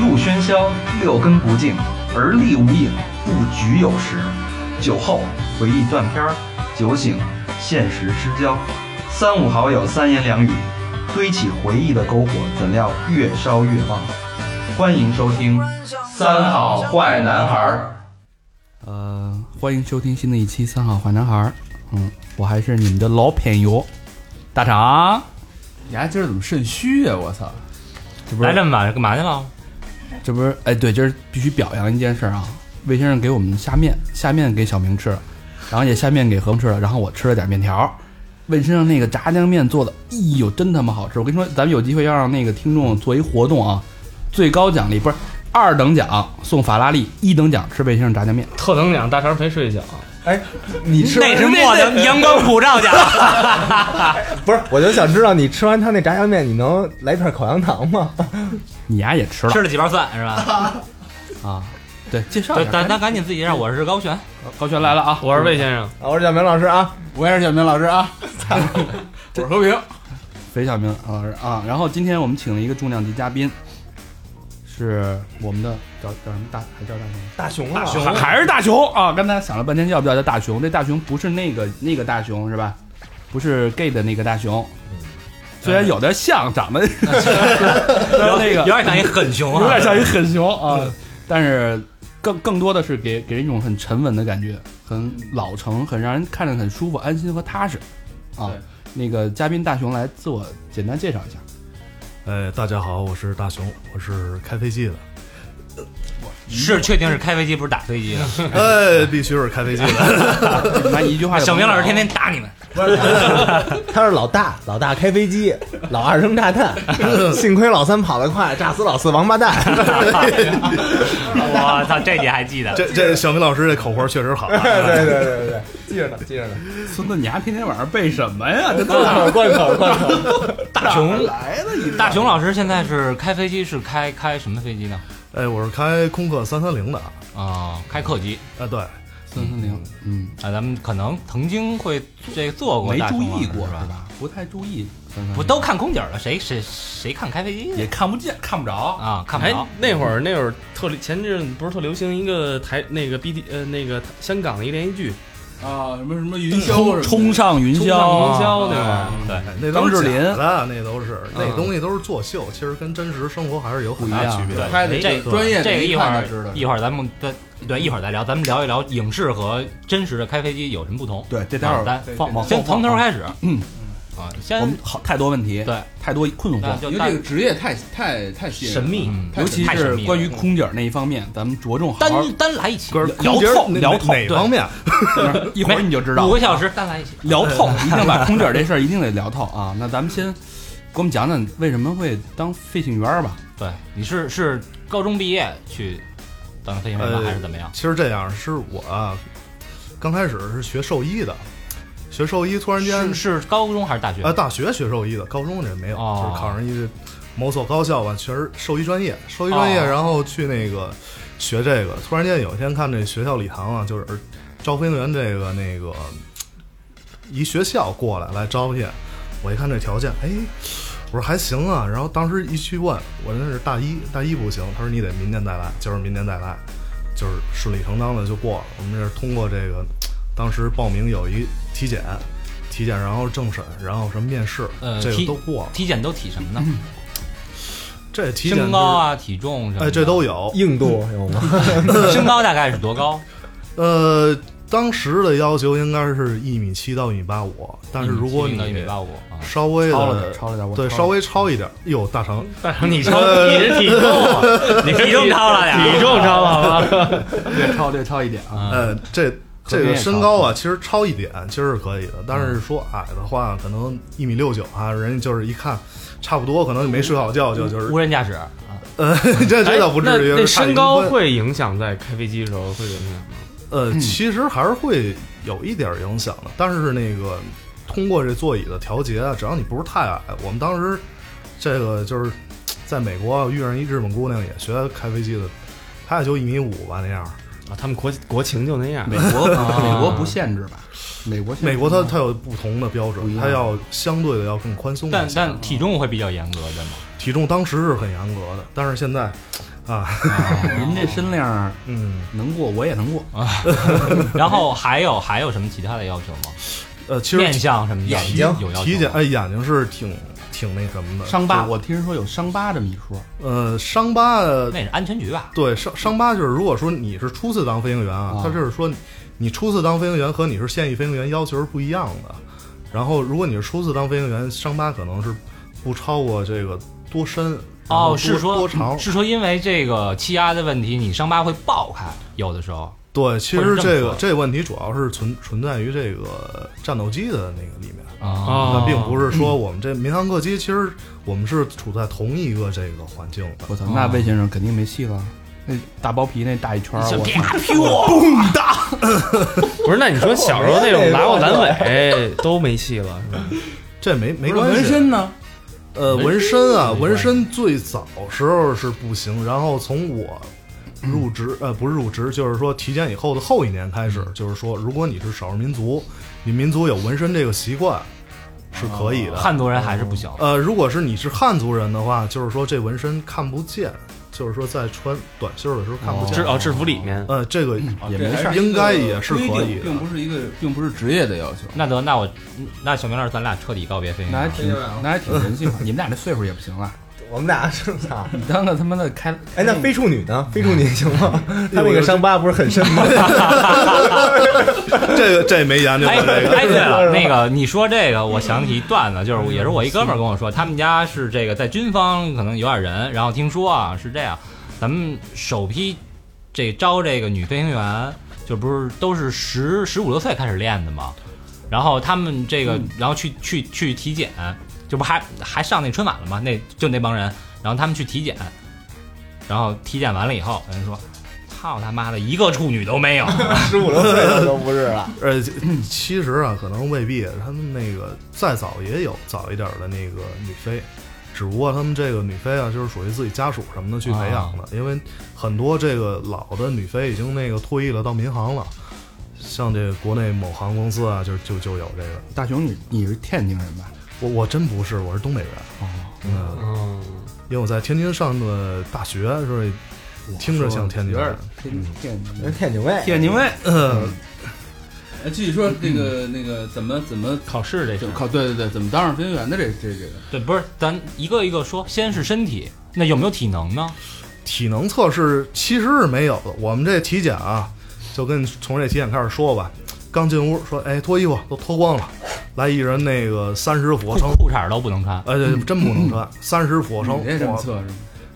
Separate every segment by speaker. Speaker 1: 不喧嚣，六根不净，而立无影，不局有时。酒后回忆断片儿，酒醒现实失焦。三五好友三言两语，堆起回忆的篝火，怎料越烧越旺。欢迎收听《三好坏男孩儿
Speaker 2: 呃，欢迎收听新的一期《三好坏男孩》。儿》。嗯，我还是你们的老朋友，大肠。
Speaker 3: 你还今儿怎么肾虚呀、我操！
Speaker 2: 这不
Speaker 4: 来
Speaker 2: 是
Speaker 4: 这么晚干嘛去了？
Speaker 2: 这不是哎，对，这是必须表扬一件事儿啊！魏先生给我们下面，下面给小明吃了，然后也下面给何吃了，然后我吃了点面条儿。魏先生那个炸酱面做的，哎呦，真他妈好吃！我跟你说，咱们有机会要让那个听众做一活动啊，最高奖励不是二等奖送法拉利，一等奖吃魏先生炸酱面。
Speaker 4: 特等奖大肠陪睡一觉，
Speaker 5: 你吃
Speaker 4: 那是末的阳光普照奖。
Speaker 5: 不是？我就想知道你吃完他那炸酱面，你能来片口香糖吗？
Speaker 2: 你丫也吃了
Speaker 4: 吃了几瓣蒜是 吧？
Speaker 2: 啊？对，介绍一
Speaker 4: 咱
Speaker 2: 下。
Speaker 4: 咱咱赶紧自己让我是高璇，嗯
Speaker 2: 高璇来了啊！
Speaker 4: 我是魏先生。
Speaker 5: 啊， 我是小明老师啊，
Speaker 3: 我也是小明老师啊，我是和平。
Speaker 2: 肥小明老师啊。然后今天我们请了一个重量级嘉宾，是我们的叫叫什么大还叫大熊
Speaker 5: 大熊啊，
Speaker 2: 还还是大熊啊？刚才想了半天要不要叫大熊，这大熊不是那个那个大熊是吧？不是 gay 的那个大熊，
Speaker 3: 嗯
Speaker 2: 虽然有点像，长得
Speaker 4: 有
Speaker 2: 那个
Speaker 4: 有点像一狠熊
Speaker 2: 有
Speaker 4: 啊
Speaker 2: 点，像一狠熊啊，但是更更多的是给给人一种很沉稳的感觉，很老成，很让人看着很舒服、安心和踏实啊。那个嘉宾大熊来自我简单介绍一下。
Speaker 6: 哎，大家好，我是大熊，我是开飞机的。
Speaker 4: 是确定是开飞机不是打飞机的。
Speaker 6: 哎，必须是开飞机的。
Speaker 2: 那一句话就
Speaker 4: 啊小
Speaker 2: 甭
Speaker 4: 明老师
Speaker 2: 聊
Speaker 4: 天天打你 们，
Speaker 5: 他是老大，老大开飞机，老二扔炸弹， 幸亏老三跑得快，炸死老四王八蛋。
Speaker 4: 我操，这你还记得？
Speaker 6: 这这小明老师这口活确实好、啊。
Speaker 5: 对对对对对，记着呢，记着呢。
Speaker 2: 啊孙子，你还天天晚上背什么呀？这
Speaker 5: 罐头罐头罐头，
Speaker 4: 大熊来了，大熊老师现在是开飞机是开开什么飞机呢？
Speaker 6: 哎，我是开空客三三零的。
Speaker 4: 啊，开客机
Speaker 6: 哎，对，
Speaker 2: 孙三零，嗯，
Speaker 4: 啊，咱们可能曾经会这做过
Speaker 2: 没
Speaker 4: 大熊
Speaker 2: 注
Speaker 4: 老师，
Speaker 2: 意过
Speaker 4: 是吧？
Speaker 2: 吧？不太注意，330
Speaker 4: 不都看空姐了，谁谁谁看开飞机
Speaker 2: 也看不见，看不着。
Speaker 4: 啊？看不
Speaker 7: 哎
Speaker 4: 着，，
Speaker 7: 那会儿那会儿特流前阵不是特流行一个台那个 B D 呃那个香港的一连续剧，
Speaker 3: 啊，什么什么云
Speaker 2: 冲
Speaker 3: 霄什么
Speaker 2: 冲上云
Speaker 7: 冲
Speaker 2: 霄
Speaker 7: 上
Speaker 2: 啊，
Speaker 7: 云霄那会儿
Speaker 4: 嗯对，
Speaker 2: 嗯
Speaker 6: 哎那都
Speaker 2: 张
Speaker 6: 是
Speaker 2: 智霖
Speaker 6: 假的，那都是那东西都是作秀，其实跟真实生活还是有很大
Speaker 2: 不一样
Speaker 6: 区别的。哎
Speaker 3: 拍的
Speaker 4: 这
Speaker 3: 个专业的
Speaker 4: 这个一
Speaker 3: 一
Speaker 4: 会
Speaker 3: 看
Speaker 4: 儿
Speaker 3: 就知道
Speaker 4: 一会儿咱们再对一会儿再聊，咱们聊一聊影视和真实的开飞机有什么不同。
Speaker 2: 对，这待会
Speaker 4: 啊
Speaker 2: 儿
Speaker 4: 咱
Speaker 3: 对
Speaker 4: 放
Speaker 2: 对
Speaker 4: 先
Speaker 2: 放
Speaker 4: 从头开始，
Speaker 2: 嗯
Speaker 4: 啊，
Speaker 2: 我
Speaker 4: 先
Speaker 2: 们好太多问题，
Speaker 4: 对，
Speaker 2: 太多困
Speaker 4: 那
Speaker 2: 惑，
Speaker 4: 就
Speaker 3: 因
Speaker 4: 大
Speaker 3: 为这个职业太太太吸引人
Speaker 7: 神
Speaker 3: 了
Speaker 7: 秘。
Speaker 4: 嗯
Speaker 3: 太
Speaker 2: 尤其
Speaker 4: 太
Speaker 2: 是
Speaker 4: 神秘了
Speaker 2: 关于空姐儿那一方面，咱们着重好好
Speaker 4: 单单来一期
Speaker 6: 不是
Speaker 2: 聊
Speaker 6: 空姐儿
Speaker 2: 透
Speaker 6: 哪
Speaker 2: 聊
Speaker 6: 哪
Speaker 2: 透
Speaker 6: 哪
Speaker 4: 对
Speaker 6: 方面？
Speaker 2: 一会儿你就知道
Speaker 4: 五个小时单来一期，
Speaker 2: 聊透，一定把空姐儿这事儿一定得聊透啊。那咱们先给我们讲讲为什么会当飞行员儿吧？
Speaker 4: 对，你是是高中毕业去当飞行员吗？
Speaker 6: 呃
Speaker 4: 还是怎么样？
Speaker 6: 其实这样是我啊刚开始是学兽医的，学兽医突然间
Speaker 4: 是是高中还
Speaker 2: 呃
Speaker 4: 是大学？
Speaker 6: 啊，大学学兽医的，高中这没有，
Speaker 4: 哦
Speaker 6: 就是考上一个某所高校吧，全是兽医专业，兽医专业，
Speaker 4: 哦
Speaker 6: 然后去那个学这个。突然间有一天看这学校礼堂啊，就是招飞行员这个那个一学校过来来招聘，我一看这条件，哎，我说还行啊。然后当时一去问，我那是大一，大一不行，他说你得明年再来，就是明年再来，就是顺理成章的就过了。我们这是通过这个，当时报名有一体检。体检，然后政审，然后什么面试，
Speaker 4: 呃
Speaker 6: 这
Speaker 4: 体
Speaker 6: 个都过了。
Speaker 4: 体检都体什么呢？
Speaker 6: 这嗯体检、就是、
Speaker 4: 身高，啊，体重什么的？
Speaker 6: 哎，这都有。
Speaker 5: 硬度有吗？
Speaker 4: 身高大概是多 高？
Speaker 6: 呃，当时的要求应该是一米七到一米八五，但是如果
Speaker 4: 一米七零到一米
Speaker 6: 你
Speaker 4: 八五 啊，
Speaker 6: 稍微
Speaker 2: 超了点，
Speaker 6: 的
Speaker 2: 超了点，我
Speaker 6: 对
Speaker 2: 超了
Speaker 6: 稍微超一点，哟，大成，
Speaker 7: 但是你超你是体重啊，你
Speaker 4: 体重高了点儿
Speaker 7: 体重高了好吧？
Speaker 2: 略超略超一点啊。
Speaker 6: 呃，这
Speaker 2: 和
Speaker 6: 这
Speaker 2: 平也
Speaker 6: 个
Speaker 2: 超
Speaker 6: 身高啊，其实超一点其实是可以的，但是说矮的话，可能一米六九啊，人家就是一看差不多，可能没睡好觉就就是
Speaker 4: 无，人驾驶，
Speaker 6: 呃， 这这倒不至于。
Speaker 7: 那那
Speaker 6: 差一
Speaker 7: 身
Speaker 6: 公
Speaker 7: 高
Speaker 6: 分
Speaker 7: 会影响在开飞机的时候会有影响吗？
Speaker 6: 呃，其实还是会有一点儿影响的，但是那个通过这座椅的调节啊，只要你不是太矮，我们当时这个就是在美国啊遇上一日本姑娘也学开飞机的，她也就一米五吧那样儿。
Speaker 7: 啊，他们国国情就那样
Speaker 2: 美。国
Speaker 4: 啊
Speaker 2: 美国不限制吧？美国限制
Speaker 6: 美国它
Speaker 2: 吗
Speaker 6: 它有不同的标
Speaker 2: 不一
Speaker 6: 准，
Speaker 2: 样
Speaker 6: 它要相对的要更宽松一
Speaker 4: 但
Speaker 6: 些。
Speaker 4: 但体重会比较严格，对吗？
Speaker 6: 体重当时是很严格的，但是现在，啊，
Speaker 8: 您这身量
Speaker 6: 嗯，
Speaker 8: 能过，我也能过。
Speaker 4: 然后还有还有什么其他的要求吗？
Speaker 6: 呃，其
Speaker 4: 面
Speaker 6: 实
Speaker 4: 相什么的
Speaker 5: 眼
Speaker 4: 有
Speaker 5: 睛
Speaker 4: 有要求吗
Speaker 6: 体检哎眼睛是挺挺那什么的，
Speaker 8: 伤疤，
Speaker 6: 就
Speaker 8: 我听人说有伤疤这么一说，
Speaker 6: 呃伤疤
Speaker 4: 那是安全局吧？
Speaker 6: 对伤伤疤就是如果说你是初次当飞行员啊
Speaker 8: 啊，
Speaker 6: 他就是说你你初次当飞行员和你是现役飞行员要求是不一样的，然后如果你是初次当飞行员，伤疤可能是不超过这个多深。然后
Speaker 4: 哦，是
Speaker 6: 多
Speaker 4: 说
Speaker 6: 啊多长？
Speaker 4: 是说因为这个气压的问题，你伤疤会爆开，有的时候
Speaker 6: 对，其
Speaker 4: 或者
Speaker 6: 实
Speaker 4: 任
Speaker 6: 这
Speaker 4: 何
Speaker 6: 个这个问题主要是存存在于这个战斗机的那个里面，
Speaker 4: 啊，
Speaker 9: 哦
Speaker 6: 那，并不是说我们这民航客机，其实我们是处在同一个这个环境的。
Speaker 8: 我操，那魏先生肯定没戏了。那大包皮那大一圈儿，啊我
Speaker 4: 啪
Speaker 9: 不是，那你说小时候那种拿过阑尾哎都没戏了，是吧？
Speaker 6: 这没没
Speaker 8: 不是
Speaker 6: 关系。
Speaker 8: 纹身呢？
Speaker 6: 呃，
Speaker 4: 纹
Speaker 6: 纹身啊，
Speaker 4: 没关
Speaker 6: 纹
Speaker 4: 系
Speaker 6: 身最早时候是不行，然后从我入职呃不是入职，就是说体检以后的后一年开始，就是说如果你是少数民族，你民族有纹身这个习惯是可以的。
Speaker 4: 汉族人还是不行。
Speaker 6: 呃，如果是你是汉族人的话，就是说这纹身看不见，就是说在穿短袖的时候看不
Speaker 8: 哦
Speaker 6: 见。
Speaker 9: 制哦，制服里面
Speaker 6: 呃，这个
Speaker 8: 也没事
Speaker 2: 这还
Speaker 8: 儿
Speaker 2: 是一个
Speaker 6: 应该也是
Speaker 2: 嗯规定
Speaker 6: 可以的
Speaker 2: 并不是一个，并不是职业的要求。
Speaker 4: 那得，那我那小明老师，咱俩彻底告别飞行
Speaker 8: 那还
Speaker 4: 员。
Speaker 8: 挺那还挺人性化。你们俩这岁数也不行了，
Speaker 5: 我们俩是啊，
Speaker 8: 你当个他妈的开
Speaker 5: 哎，那非处女呢？非处女行 吗？她那个伤疤不是很深吗？
Speaker 6: 这个这没研究
Speaker 4: 哎
Speaker 6: 过这个。
Speaker 4: 哎，对了，那个你说这个，我想起一段子，就是也是我一哥们儿跟我说，他们家是这个在军方可能有点人，然后听说啊是这样，咱们首批这招这个女飞行员，就不是都是十十五六岁开始练的嘛，然后他们这个，然后去去去体检，这不还还上那春晚了吗？那就那帮人，然后他们去体检，然后体检完了以后，有人说。操他妈的，一个处女都没有，
Speaker 5: 十五六岁的都不是了。
Speaker 6: 呃，其实啊，可能未必，他们那个再早也有早一点儿的那个女飞，只不过他们这个女飞啊，就是属于自己家属什么的去培养的，因为很多这个老的女飞已经那个退役了，到民航了。像这个国内某航空公司啊，就就就有这个。
Speaker 8: 大熊，你你是天津人吧？
Speaker 6: 我我真不是，我是东北人，嗯，
Speaker 9: 嗯，
Speaker 6: 因为我在天津上的大学，所以听着像天津人。
Speaker 8: 天天津嗯
Speaker 5: 人嗯天津卫，
Speaker 8: 天津卫，
Speaker 2: 哎，继续说这个那个怎么怎么
Speaker 4: 嗯考试这事
Speaker 2: 怎
Speaker 4: 儿
Speaker 2: 么考？对对对，怎么当上飞行员的？这这这个
Speaker 4: 对，不是，咱一个一个说，先是身体，那有没有体能呢？
Speaker 6: 体能测试其实是没有的。我们这体检啊，就跟从这体检开始说吧。刚进屋说，哎，脱衣服都脱光了，来一人那个三十俯卧撑
Speaker 4: 裤，裤衩儿都不能穿。
Speaker 6: 哎，这真不能穿三十俯卧撑
Speaker 2: 你。这怎么
Speaker 6: 哇
Speaker 2: 测是吗？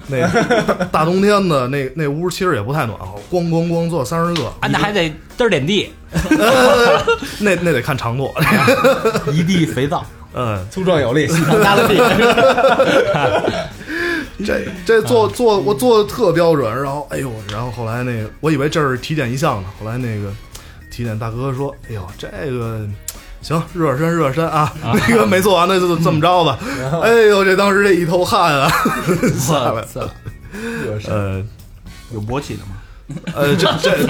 Speaker 6: 那个大冬天的那那屋其实也不太暖和，咣咣咣做三十个，
Speaker 4: 啊，那还得嘚儿点地，
Speaker 6: 那那得看长度。
Speaker 8: 一地肥皂，
Speaker 6: 嗯，
Speaker 5: 粗壮有力，细长大的屁。
Speaker 6: 这这做做我做的特标准，然后哎呦，然后后来那个我以为这是体检一项呢，后来那个体检大哥说，哎呦这个。行，热热身热身啊，那个没做完的就这么着吧。哎呦，这当时这一头汗啊，下来。呃
Speaker 8: 有勃起的吗？
Speaker 6: 呃，这这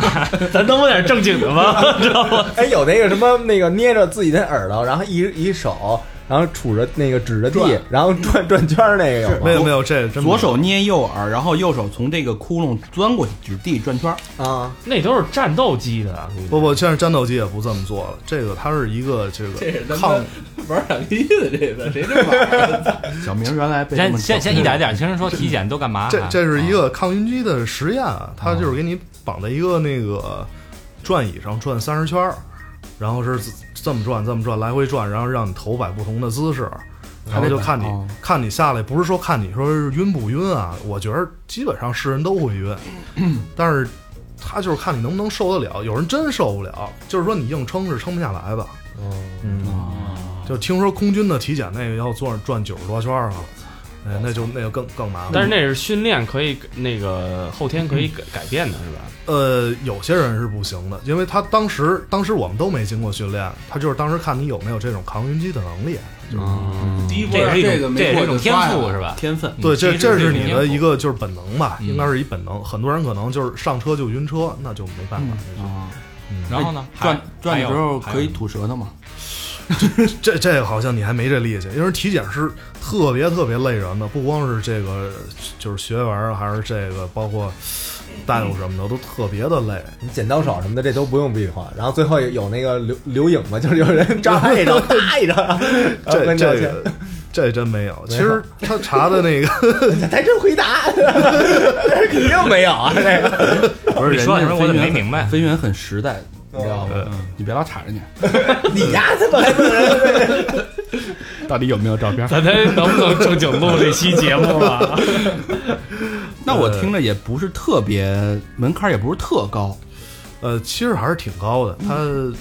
Speaker 9: 咱能问点正经的吗？
Speaker 5: 哎，有那个什么那个捏着自己的耳朵，然后一一手，然后杵着那个指着地，然后转 转圈儿那个有吗
Speaker 6: 没有没有，这真没有
Speaker 8: 左手捏右耳，然后右手从这个窟窿钻过去，指地转圈儿。
Speaker 5: 啊？
Speaker 9: 那都是战斗机
Speaker 4: 啊
Speaker 9: 的，
Speaker 6: 不不，现在战斗机也不这么做了。这个它是一个这
Speaker 2: 这是
Speaker 6: 个
Speaker 2: 咱
Speaker 6: 抗
Speaker 2: 们玩两逼的这个，谁这玩？
Speaker 8: 小明原来被他
Speaker 4: 先
Speaker 8: 们
Speaker 4: 先
Speaker 8: 整
Speaker 4: 先一点一点，听人说体检都干嘛？
Speaker 6: 这
Speaker 4: 还
Speaker 6: 这是一个抗晕机的实验，啊，它就是给你绑在一个那个转椅上转三十圈儿，然后是这么转这么转来回转，然后让你头摆不同的姿势，然后就看你
Speaker 8: 哦
Speaker 6: 看你下来，不是说看你说是晕不晕啊，我觉得基本上是人都会晕， 但是他就是看你能不能受得了，有人真受不了，就是说你硬撑是撑不下来的。嗯，就听说空军的体检那个要做转九十多圈儿啊，哎，那就那就更更麻
Speaker 4: 啊
Speaker 6: 烦。
Speaker 9: 但是那是训练可以那个后天可以改改变的，是吧？
Speaker 6: 呃，有些人是不行的，因为他当时当时我们都没经过训练，他就是当时看你有没有这种扛晕机的能力。
Speaker 9: 嗯
Speaker 2: 第一波
Speaker 4: 这也是一
Speaker 2: 这个
Speaker 4: 种这也
Speaker 2: 没
Speaker 4: 是
Speaker 2: 过
Speaker 4: 一种
Speaker 2: 就
Speaker 4: 天
Speaker 2: 刷呀
Speaker 4: 赋是吧？
Speaker 8: 天分。
Speaker 6: 对，
Speaker 4: 嗯其
Speaker 6: 这
Speaker 4: 实
Speaker 6: 这
Speaker 4: 一
Speaker 6: 是
Speaker 4: 种
Speaker 6: 你的一
Speaker 4: 天赋
Speaker 6: 个就是本能吧，
Speaker 4: 嗯
Speaker 6: 应该是一本能。很多人可能就是上车就晕
Speaker 4: 嗯
Speaker 6: 车，那就没办法。
Speaker 8: 啊，
Speaker 4: 然后呢，
Speaker 8: 转
Speaker 4: 还
Speaker 8: 转的时候
Speaker 4: 还有
Speaker 8: 可以吐舌头吗？
Speaker 6: 这这个好像你还没这力气，因为体检是特别特别累人的，不光是这个就是学员啊，还是这个包括大夫什么的都特别的累。
Speaker 5: 你剪刀手什么的，这都不用比划。然后最后有那个留 留影嘛，就是有人扎一张，搭一张，
Speaker 4: 呃
Speaker 5: 然后
Speaker 6: 这
Speaker 5: 跟你
Speaker 6: 这
Speaker 5: 聊天
Speaker 6: 个这真没有。其实他查的那个
Speaker 5: 还真回答，肯定没有啊，这个
Speaker 4: 不是你说什么我怎么没明白？
Speaker 8: 飞云很实在，你知道吗？
Speaker 6: 嗯
Speaker 8: 嗯你别老查人家
Speaker 5: 哦 你呀，这么还问人？
Speaker 8: 到底有没有照片。
Speaker 9: 咱咱能不能正经录这期节 目了？
Speaker 8: 那我听着也不是特别门槛，也不是特高，
Speaker 6: 呃，其实还是挺高的。他
Speaker 8: 嗯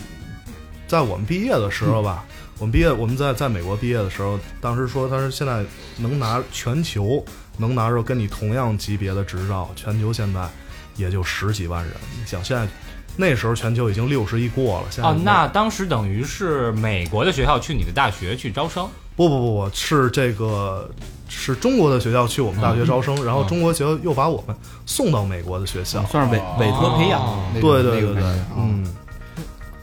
Speaker 6: 在我们毕业的时候吧，我们毕业我们在在美国毕业的时候，当时说他说现在能拿全球能拿着跟你同样级别的执照，全球现在也就十几万人。你想现在那时候全球已经六十亿过了，现在
Speaker 4: 哦，那当时等于是美国的学校去你的大学去招生，
Speaker 6: 不不不不是这个。是中国的学校去我们大学招
Speaker 8: 嗯
Speaker 6: 生，然后中国学校又把我们送到美国的学校。
Speaker 8: 算是委委托培养
Speaker 4: 哦
Speaker 8: 那种。
Speaker 6: 对对
Speaker 8: 哦那
Speaker 6: 对
Speaker 8: 个感
Speaker 6: 对
Speaker 8: 觉啊，
Speaker 6: 嗯，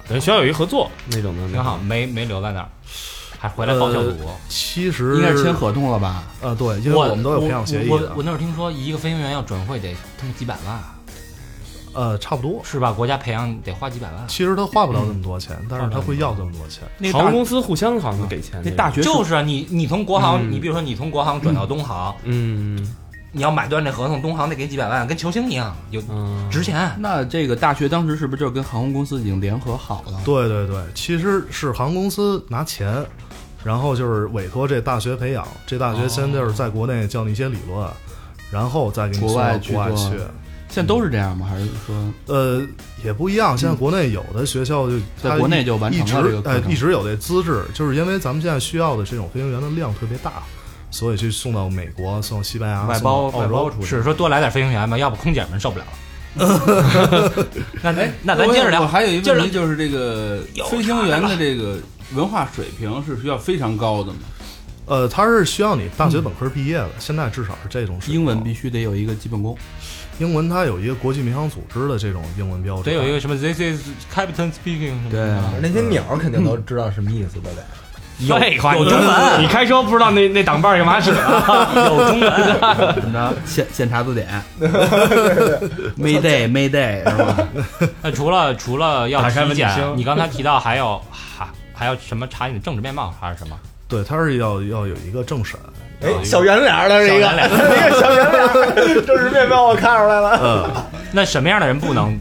Speaker 9: 咱学校有一合作那种的，
Speaker 4: 挺好，没没留在那儿，还回来报效祖国。
Speaker 6: 其实
Speaker 8: 应该是签合同了吧？
Speaker 6: 呃，对，因为我们都有培养协议
Speaker 4: 我
Speaker 6: 的
Speaker 4: 我我那会儿听说一个飞行员要转会得他妈几百万，
Speaker 6: 呃，差不多。
Speaker 4: 是吧？国家培养得花几百万。
Speaker 6: 其实他花不了那么多钱，
Speaker 8: 嗯
Speaker 6: 但是他会要这么多钱。
Speaker 4: 那
Speaker 9: 航
Speaker 4: 大
Speaker 9: 空公司互相好像给钱。
Speaker 8: 那大
Speaker 9: 学，
Speaker 8: 学
Speaker 4: 就是啊，你你从国航，
Speaker 9: 嗯
Speaker 4: 你比如说你从国航转到东航，
Speaker 9: 嗯
Speaker 4: 你要买断这合同，东航得给几百万，跟球星一样，有
Speaker 9: 嗯，
Speaker 4: 值钱。
Speaker 8: 那这个大学当时是不是就跟航空公司已经联合好了？
Speaker 6: 对对对，其实是航空公司拿钱，然后就是委托这大学培养，这大学先就是在国内教你一些理论，然后再给你送
Speaker 8: 哦国外
Speaker 6: 到
Speaker 8: 去
Speaker 6: 国外
Speaker 8: 做
Speaker 6: 去。
Speaker 8: 现在都是这样吗？还是说
Speaker 6: 呃，也不一样。现在国内有的学校就
Speaker 8: 嗯在国内就完
Speaker 6: 一
Speaker 8: 成
Speaker 6: 直
Speaker 8: 了这个
Speaker 6: 哎
Speaker 8: 课程
Speaker 6: 一？直有这资质，就是因为咱们现在需要的这种飞行员的量特别大，所以去送到美国、送到西班牙、
Speaker 8: 外
Speaker 6: 送到
Speaker 8: 包
Speaker 6: 澳
Speaker 8: 外包
Speaker 6: 洲。
Speaker 8: 出去。
Speaker 4: 是说多来点飞行员吧，要不空姐们受不了。那咱那咱
Speaker 2: 我
Speaker 4: 接着
Speaker 2: 我
Speaker 4: 聊，
Speaker 2: 还有一个
Speaker 4: 接着
Speaker 2: 问
Speaker 4: 聊
Speaker 2: 题就是这个飞行员的这个文化水平是需要非常高的嘛？
Speaker 6: 呃，他是需要你大学本科毕业的，现在至少是这种水
Speaker 8: 嗯
Speaker 6: 平。
Speaker 8: 英文必须得有一个基本功，
Speaker 6: 英文它有一个国际民航组织的这种英文标准，
Speaker 4: 得有一个什么 This is Captain speaking 什么的。
Speaker 8: 对啊
Speaker 5: 那些鸟儿肯定都知道什么意思的呗。
Speaker 4: 有
Speaker 9: 废话，
Speaker 4: 有
Speaker 9: 你
Speaker 4: 中
Speaker 9: 你
Speaker 4: 文，
Speaker 9: 开车不知道那那挡把儿干嘛使啊？
Speaker 4: 有中文。
Speaker 8: 怎么着？现现嗯查字典 ，Mayday Mayday 是吧？
Speaker 4: 那除了除了要
Speaker 9: 打开
Speaker 4: 体
Speaker 9: 文件
Speaker 4: 检，
Speaker 9: 箱
Speaker 4: 你刚才提到还有还还要什么查你的政治面貌还是什么？
Speaker 6: 对，它是要要有一个政审，
Speaker 5: 哎，小圆脸儿了，这个，
Speaker 4: 小圆脸
Speaker 5: 这个小圆脸儿， 这是面包我看出来了。
Speaker 8: 嗯
Speaker 6: 呃
Speaker 4: 那什么样的人不能？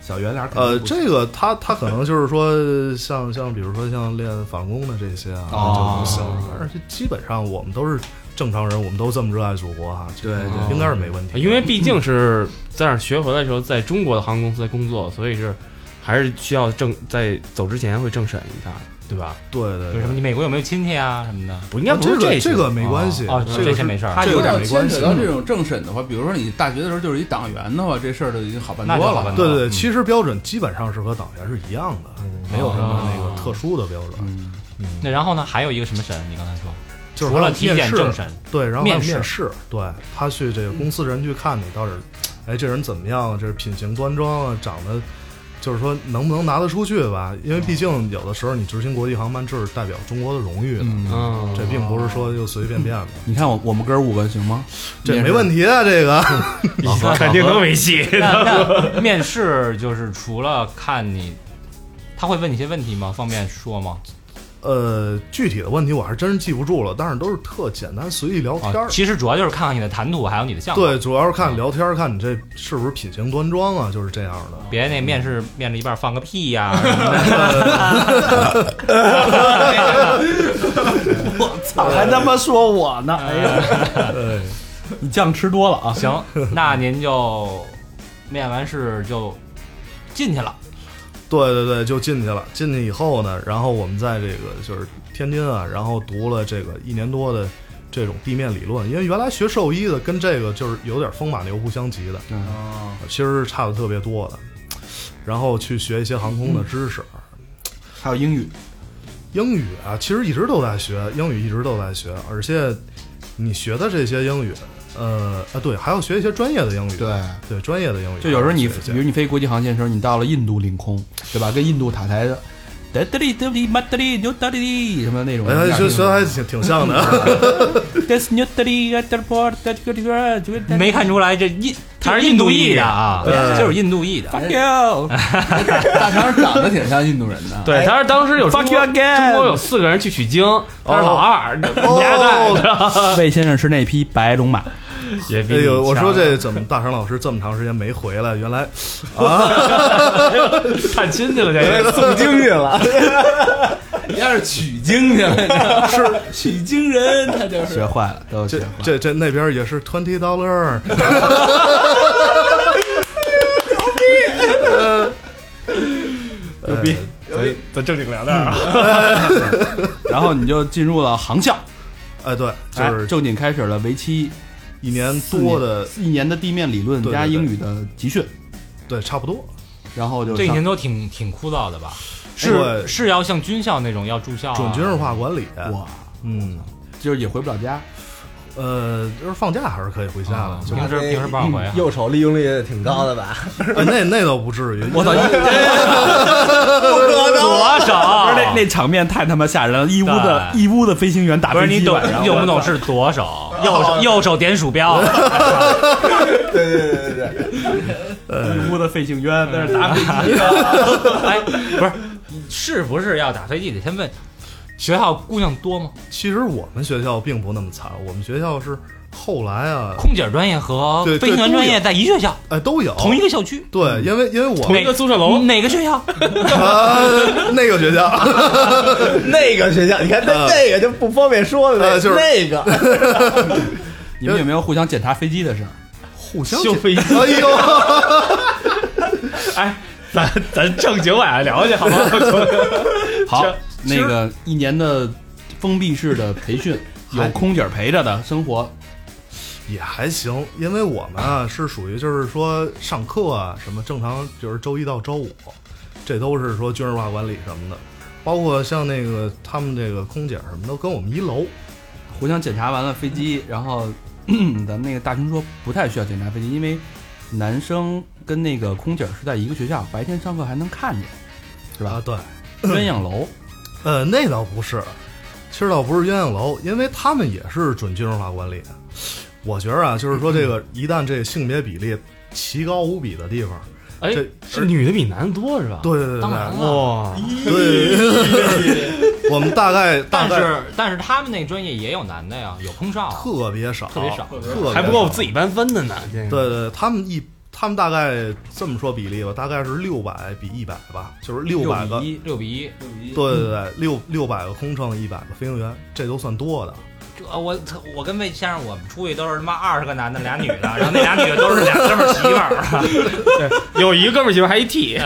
Speaker 8: 小圆脸儿肯定
Speaker 6: 呃，
Speaker 8: 不行
Speaker 6: 这个它它可能就是说像像比如说像练反攻的这些啊，
Speaker 8: 哦
Speaker 6: 就不行，但是基本上我们都是正常人，我们都这么热爱祖国哈，
Speaker 8: 对
Speaker 6: 对，应该是没问题，
Speaker 9: 因为毕竟是在那儿学回来的时候，在中国的航空公司工作，所以是还是需要正在走之前会政审一下，对吧？
Speaker 6: 对对
Speaker 4: 就是什么
Speaker 6: 对，
Speaker 4: 你美国有没有亲戚啊什么的？
Speaker 9: 不应该不
Speaker 6: 这
Speaker 9: 是
Speaker 6: 个
Speaker 9: 些
Speaker 6: 这个没关系
Speaker 4: 哦，
Speaker 6: 这
Speaker 4: 这
Speaker 6: 个
Speaker 4: 些
Speaker 6: 是
Speaker 4: 没事儿。
Speaker 6: 这有点没关
Speaker 2: 牵
Speaker 6: 系
Speaker 2: 扯。到这种政审的话，比如说你大学的时候就是一党员的话，这事儿就已经好办
Speaker 4: 那就
Speaker 2: 多
Speaker 4: 好
Speaker 2: 了啊
Speaker 4: 办。
Speaker 6: 对对对，
Speaker 4: 嗯
Speaker 6: 其实标准基本上是和党员是一样的，没有什么那
Speaker 4: 哦
Speaker 6: 个特殊的标准，
Speaker 8: 嗯
Speaker 4: 那然后呢？还有一个什么审？你刚才说，
Speaker 6: 就是
Speaker 4: 除
Speaker 6: 还有
Speaker 4: 了体
Speaker 6: 面
Speaker 4: 检
Speaker 6: 试
Speaker 4: 政审，
Speaker 6: 对，然后还有
Speaker 4: 面试
Speaker 6: 面试，对他去这个公司人去看你到底，哎，这人怎么样？这是品行端庄啊，长得就是说能不能拿得出去吧？因为毕竟有的时候你执行国际航班，这是代表中国的荣誉的，
Speaker 8: 嗯，
Speaker 9: 嗯，
Speaker 6: 这并不是说就随随便便的，
Speaker 4: 嗯
Speaker 8: 你看我我们哥儿五个行吗？
Speaker 6: 这没问题啊，这个
Speaker 9: 肯定能维系。
Speaker 4: 那那面试就是除了看你，他会问你一些问题吗？方便说吗？
Speaker 6: 呃，具体的问题我还真记不住了，但是都是特简单随意聊天
Speaker 4: 啊，
Speaker 6: 儿。
Speaker 4: 其实主要就是看看你的谈吐，还有你的相貌。
Speaker 6: 对，，主要是看聊天儿，看你这是不是品行端庄啊，就是这样的。
Speaker 4: 别那面试面着一半放个屁呀、什么的
Speaker 8: 还他妈说我呢！哎呀，你酱吃多了啊！
Speaker 4: 行，那您就面完试就进去了。
Speaker 6: 对对对，就进去了。进去以后呢，然后我们在这个就是天津啊，然后读了这个一年多的这种地面理论，因为原来学兽医的跟这个就是有点风马牛不相及的，
Speaker 8: 啊
Speaker 1: 嗯
Speaker 6: 其实是差的特别多的。然后去学一些航空的知识，
Speaker 8: 还有英语，
Speaker 6: 英语啊，其实一直都在学，英语一直都在学，而且你学的这些英语，呃啊对，还要学一些专业的英语，
Speaker 8: 对，
Speaker 6: 对专业的英语，
Speaker 8: 就有时候你，
Speaker 6: 还要
Speaker 8: 比
Speaker 6: 学一些
Speaker 8: 如你飞国际航线的时候，你到了印度领空，对吧？跟印度塔台
Speaker 2: 得得哩得哩嘛得哩牛得哩什么那种。
Speaker 6: 哎，学学得还挺挺像的，
Speaker 2: 得是牛得哩啊得啵得这个这个这个。
Speaker 4: 没看出来这印他是
Speaker 2: 印
Speaker 4: 印
Speaker 2: 度
Speaker 4: 度
Speaker 2: 裔
Speaker 4: 裔
Speaker 2: 的
Speaker 4: 的啊，
Speaker 6: 对
Speaker 4: 就是印度裔的。
Speaker 2: Fuck you！
Speaker 10: 大肠长得挺像印度人 的，
Speaker 6: 哎
Speaker 11: 对，他是当时有中
Speaker 2: Fuck you
Speaker 11: 国
Speaker 2: again
Speaker 11: 中国有四个人去取经，他是老
Speaker 6: 哦
Speaker 11: 二，你还带着，
Speaker 2: 魏先生是那匹白龙马，
Speaker 11: 也比
Speaker 6: 哎
Speaker 11: 你
Speaker 6: 呦，我
Speaker 11: 强
Speaker 6: 说这怎么 大成老师这么长时间没回来？原来啊，
Speaker 11: 探亲去了，
Speaker 4: 哎
Speaker 11: 这个
Speaker 5: 送京去了，
Speaker 10: 人家是取经去了，是取经人，他就是
Speaker 2: 学坏了，都学
Speaker 6: 这
Speaker 2: 坏了。
Speaker 6: 这这那边也是 twenty dollar，
Speaker 11: 牛逼，咱咱正经聊点啊。
Speaker 2: 然后你就进入了航 校，
Speaker 6: 哎，对，就
Speaker 2: 哎
Speaker 6: 是
Speaker 2: 正经开始了为期
Speaker 6: 一年多的，
Speaker 2: 一年的地面理论
Speaker 6: 对对
Speaker 2: 加
Speaker 6: 对
Speaker 2: 英语的集训，
Speaker 6: 对，差不多。
Speaker 2: 然后就
Speaker 4: 这一
Speaker 2: 上
Speaker 4: 年都挺挺枯燥的吧？
Speaker 6: 对
Speaker 4: 是是要像军校那种要住校啊，
Speaker 6: 准军事化管理，
Speaker 2: 哇，
Speaker 6: 嗯，
Speaker 2: 就是也回不了家，
Speaker 6: 呃，就是放假还是可以回家的
Speaker 4: 啊，
Speaker 6: 就
Speaker 4: 平时平时不让回啊。
Speaker 5: 哎嗯右手利用率挺高的吧？
Speaker 6: 哎那那倒不至于，
Speaker 2: 我操！
Speaker 4: 左手
Speaker 2: 不是那那场面太他妈吓人了，一屋的
Speaker 4: 啊对
Speaker 2: 一屋的飞行员打
Speaker 4: 不是
Speaker 2: 飞
Speaker 4: 你
Speaker 2: 机
Speaker 4: 懂
Speaker 2: 晚上，
Speaker 4: 你懂不懂？是左手，右手右手点鼠标，
Speaker 2: 呃一屋的飞行员在那打飞机，
Speaker 4: 哎，不是，是不是要打飞机得先问学校姑娘多吗？
Speaker 6: 其实我们学校并不那么惨，我们学校是后来啊，
Speaker 4: 空姐专业和
Speaker 6: 对
Speaker 4: 飞行员专业在一学校，
Speaker 6: 哎，都有
Speaker 4: 同一个校区，
Speaker 6: 对，因为因为我
Speaker 4: 同
Speaker 6: 们
Speaker 4: 一个宿舍楼，哪个学校？
Speaker 6: 啊那个 学校，
Speaker 5: 那个学校，你看那
Speaker 6: 嗯
Speaker 5: 那个就不方便说了，
Speaker 4: 哎
Speaker 6: 呃就是
Speaker 5: 那个
Speaker 2: 你们有没有互相检查飞机的事儿？
Speaker 6: 互相
Speaker 11: 修飞机
Speaker 6: 哎呦，
Speaker 11: 哎，咱咱正经往下聊去，好吗？
Speaker 2: 好
Speaker 11: 这，
Speaker 2: 那个一年的封闭式的培训，有空姐陪着的生活，
Speaker 6: 也还行，因为我们啊是属于就是说上课啊什么正常就是周一到周五，这都是说军事化管理什么的，包括像那个他们这个空姐什么都跟我们一楼，
Speaker 2: 互相检查完了飞机，然后 咱们那个大熊说不太需要检查飞机，因为男生跟那个空姐儿是在一个学校，白天上课还能 看见，是吧
Speaker 6: 啊？对，
Speaker 2: 鸳鸯楼，
Speaker 6: 呃，那倒不是，其实倒不是鸳鸯楼，因为他们也是准军事化管理。我觉着啊，就是说这个一旦这性别比例奇高无比的地方，
Speaker 11: 哎
Speaker 6: 这，
Speaker 11: 是女的比男的多是吧？
Speaker 6: 对对对
Speaker 4: 当然
Speaker 6: 对
Speaker 4: 了。
Speaker 11: 哇，
Speaker 6: 对，我们大概大
Speaker 4: 但
Speaker 6: 概
Speaker 4: 是但是他们那专业也有男的呀，有空少啊，
Speaker 6: 特别少，
Speaker 4: 特别少，
Speaker 6: 特别少，
Speaker 11: 还不够自己班分的呢。这个
Speaker 6: 对。对，对他们一他们大概这么说比例吧，大概是六百比一百吧，就是六百个
Speaker 2: 比一
Speaker 4: 六比一。
Speaker 6: 对对对，六六百个空乘，一百个飞行员，这都算多的。
Speaker 4: 这呃我我跟魏先生我们出去都是他妈二十个男的，俩女的，然后那俩女的都是俩哥们儿媳妇儿。
Speaker 11: 有一个哥们儿媳妇还一 T，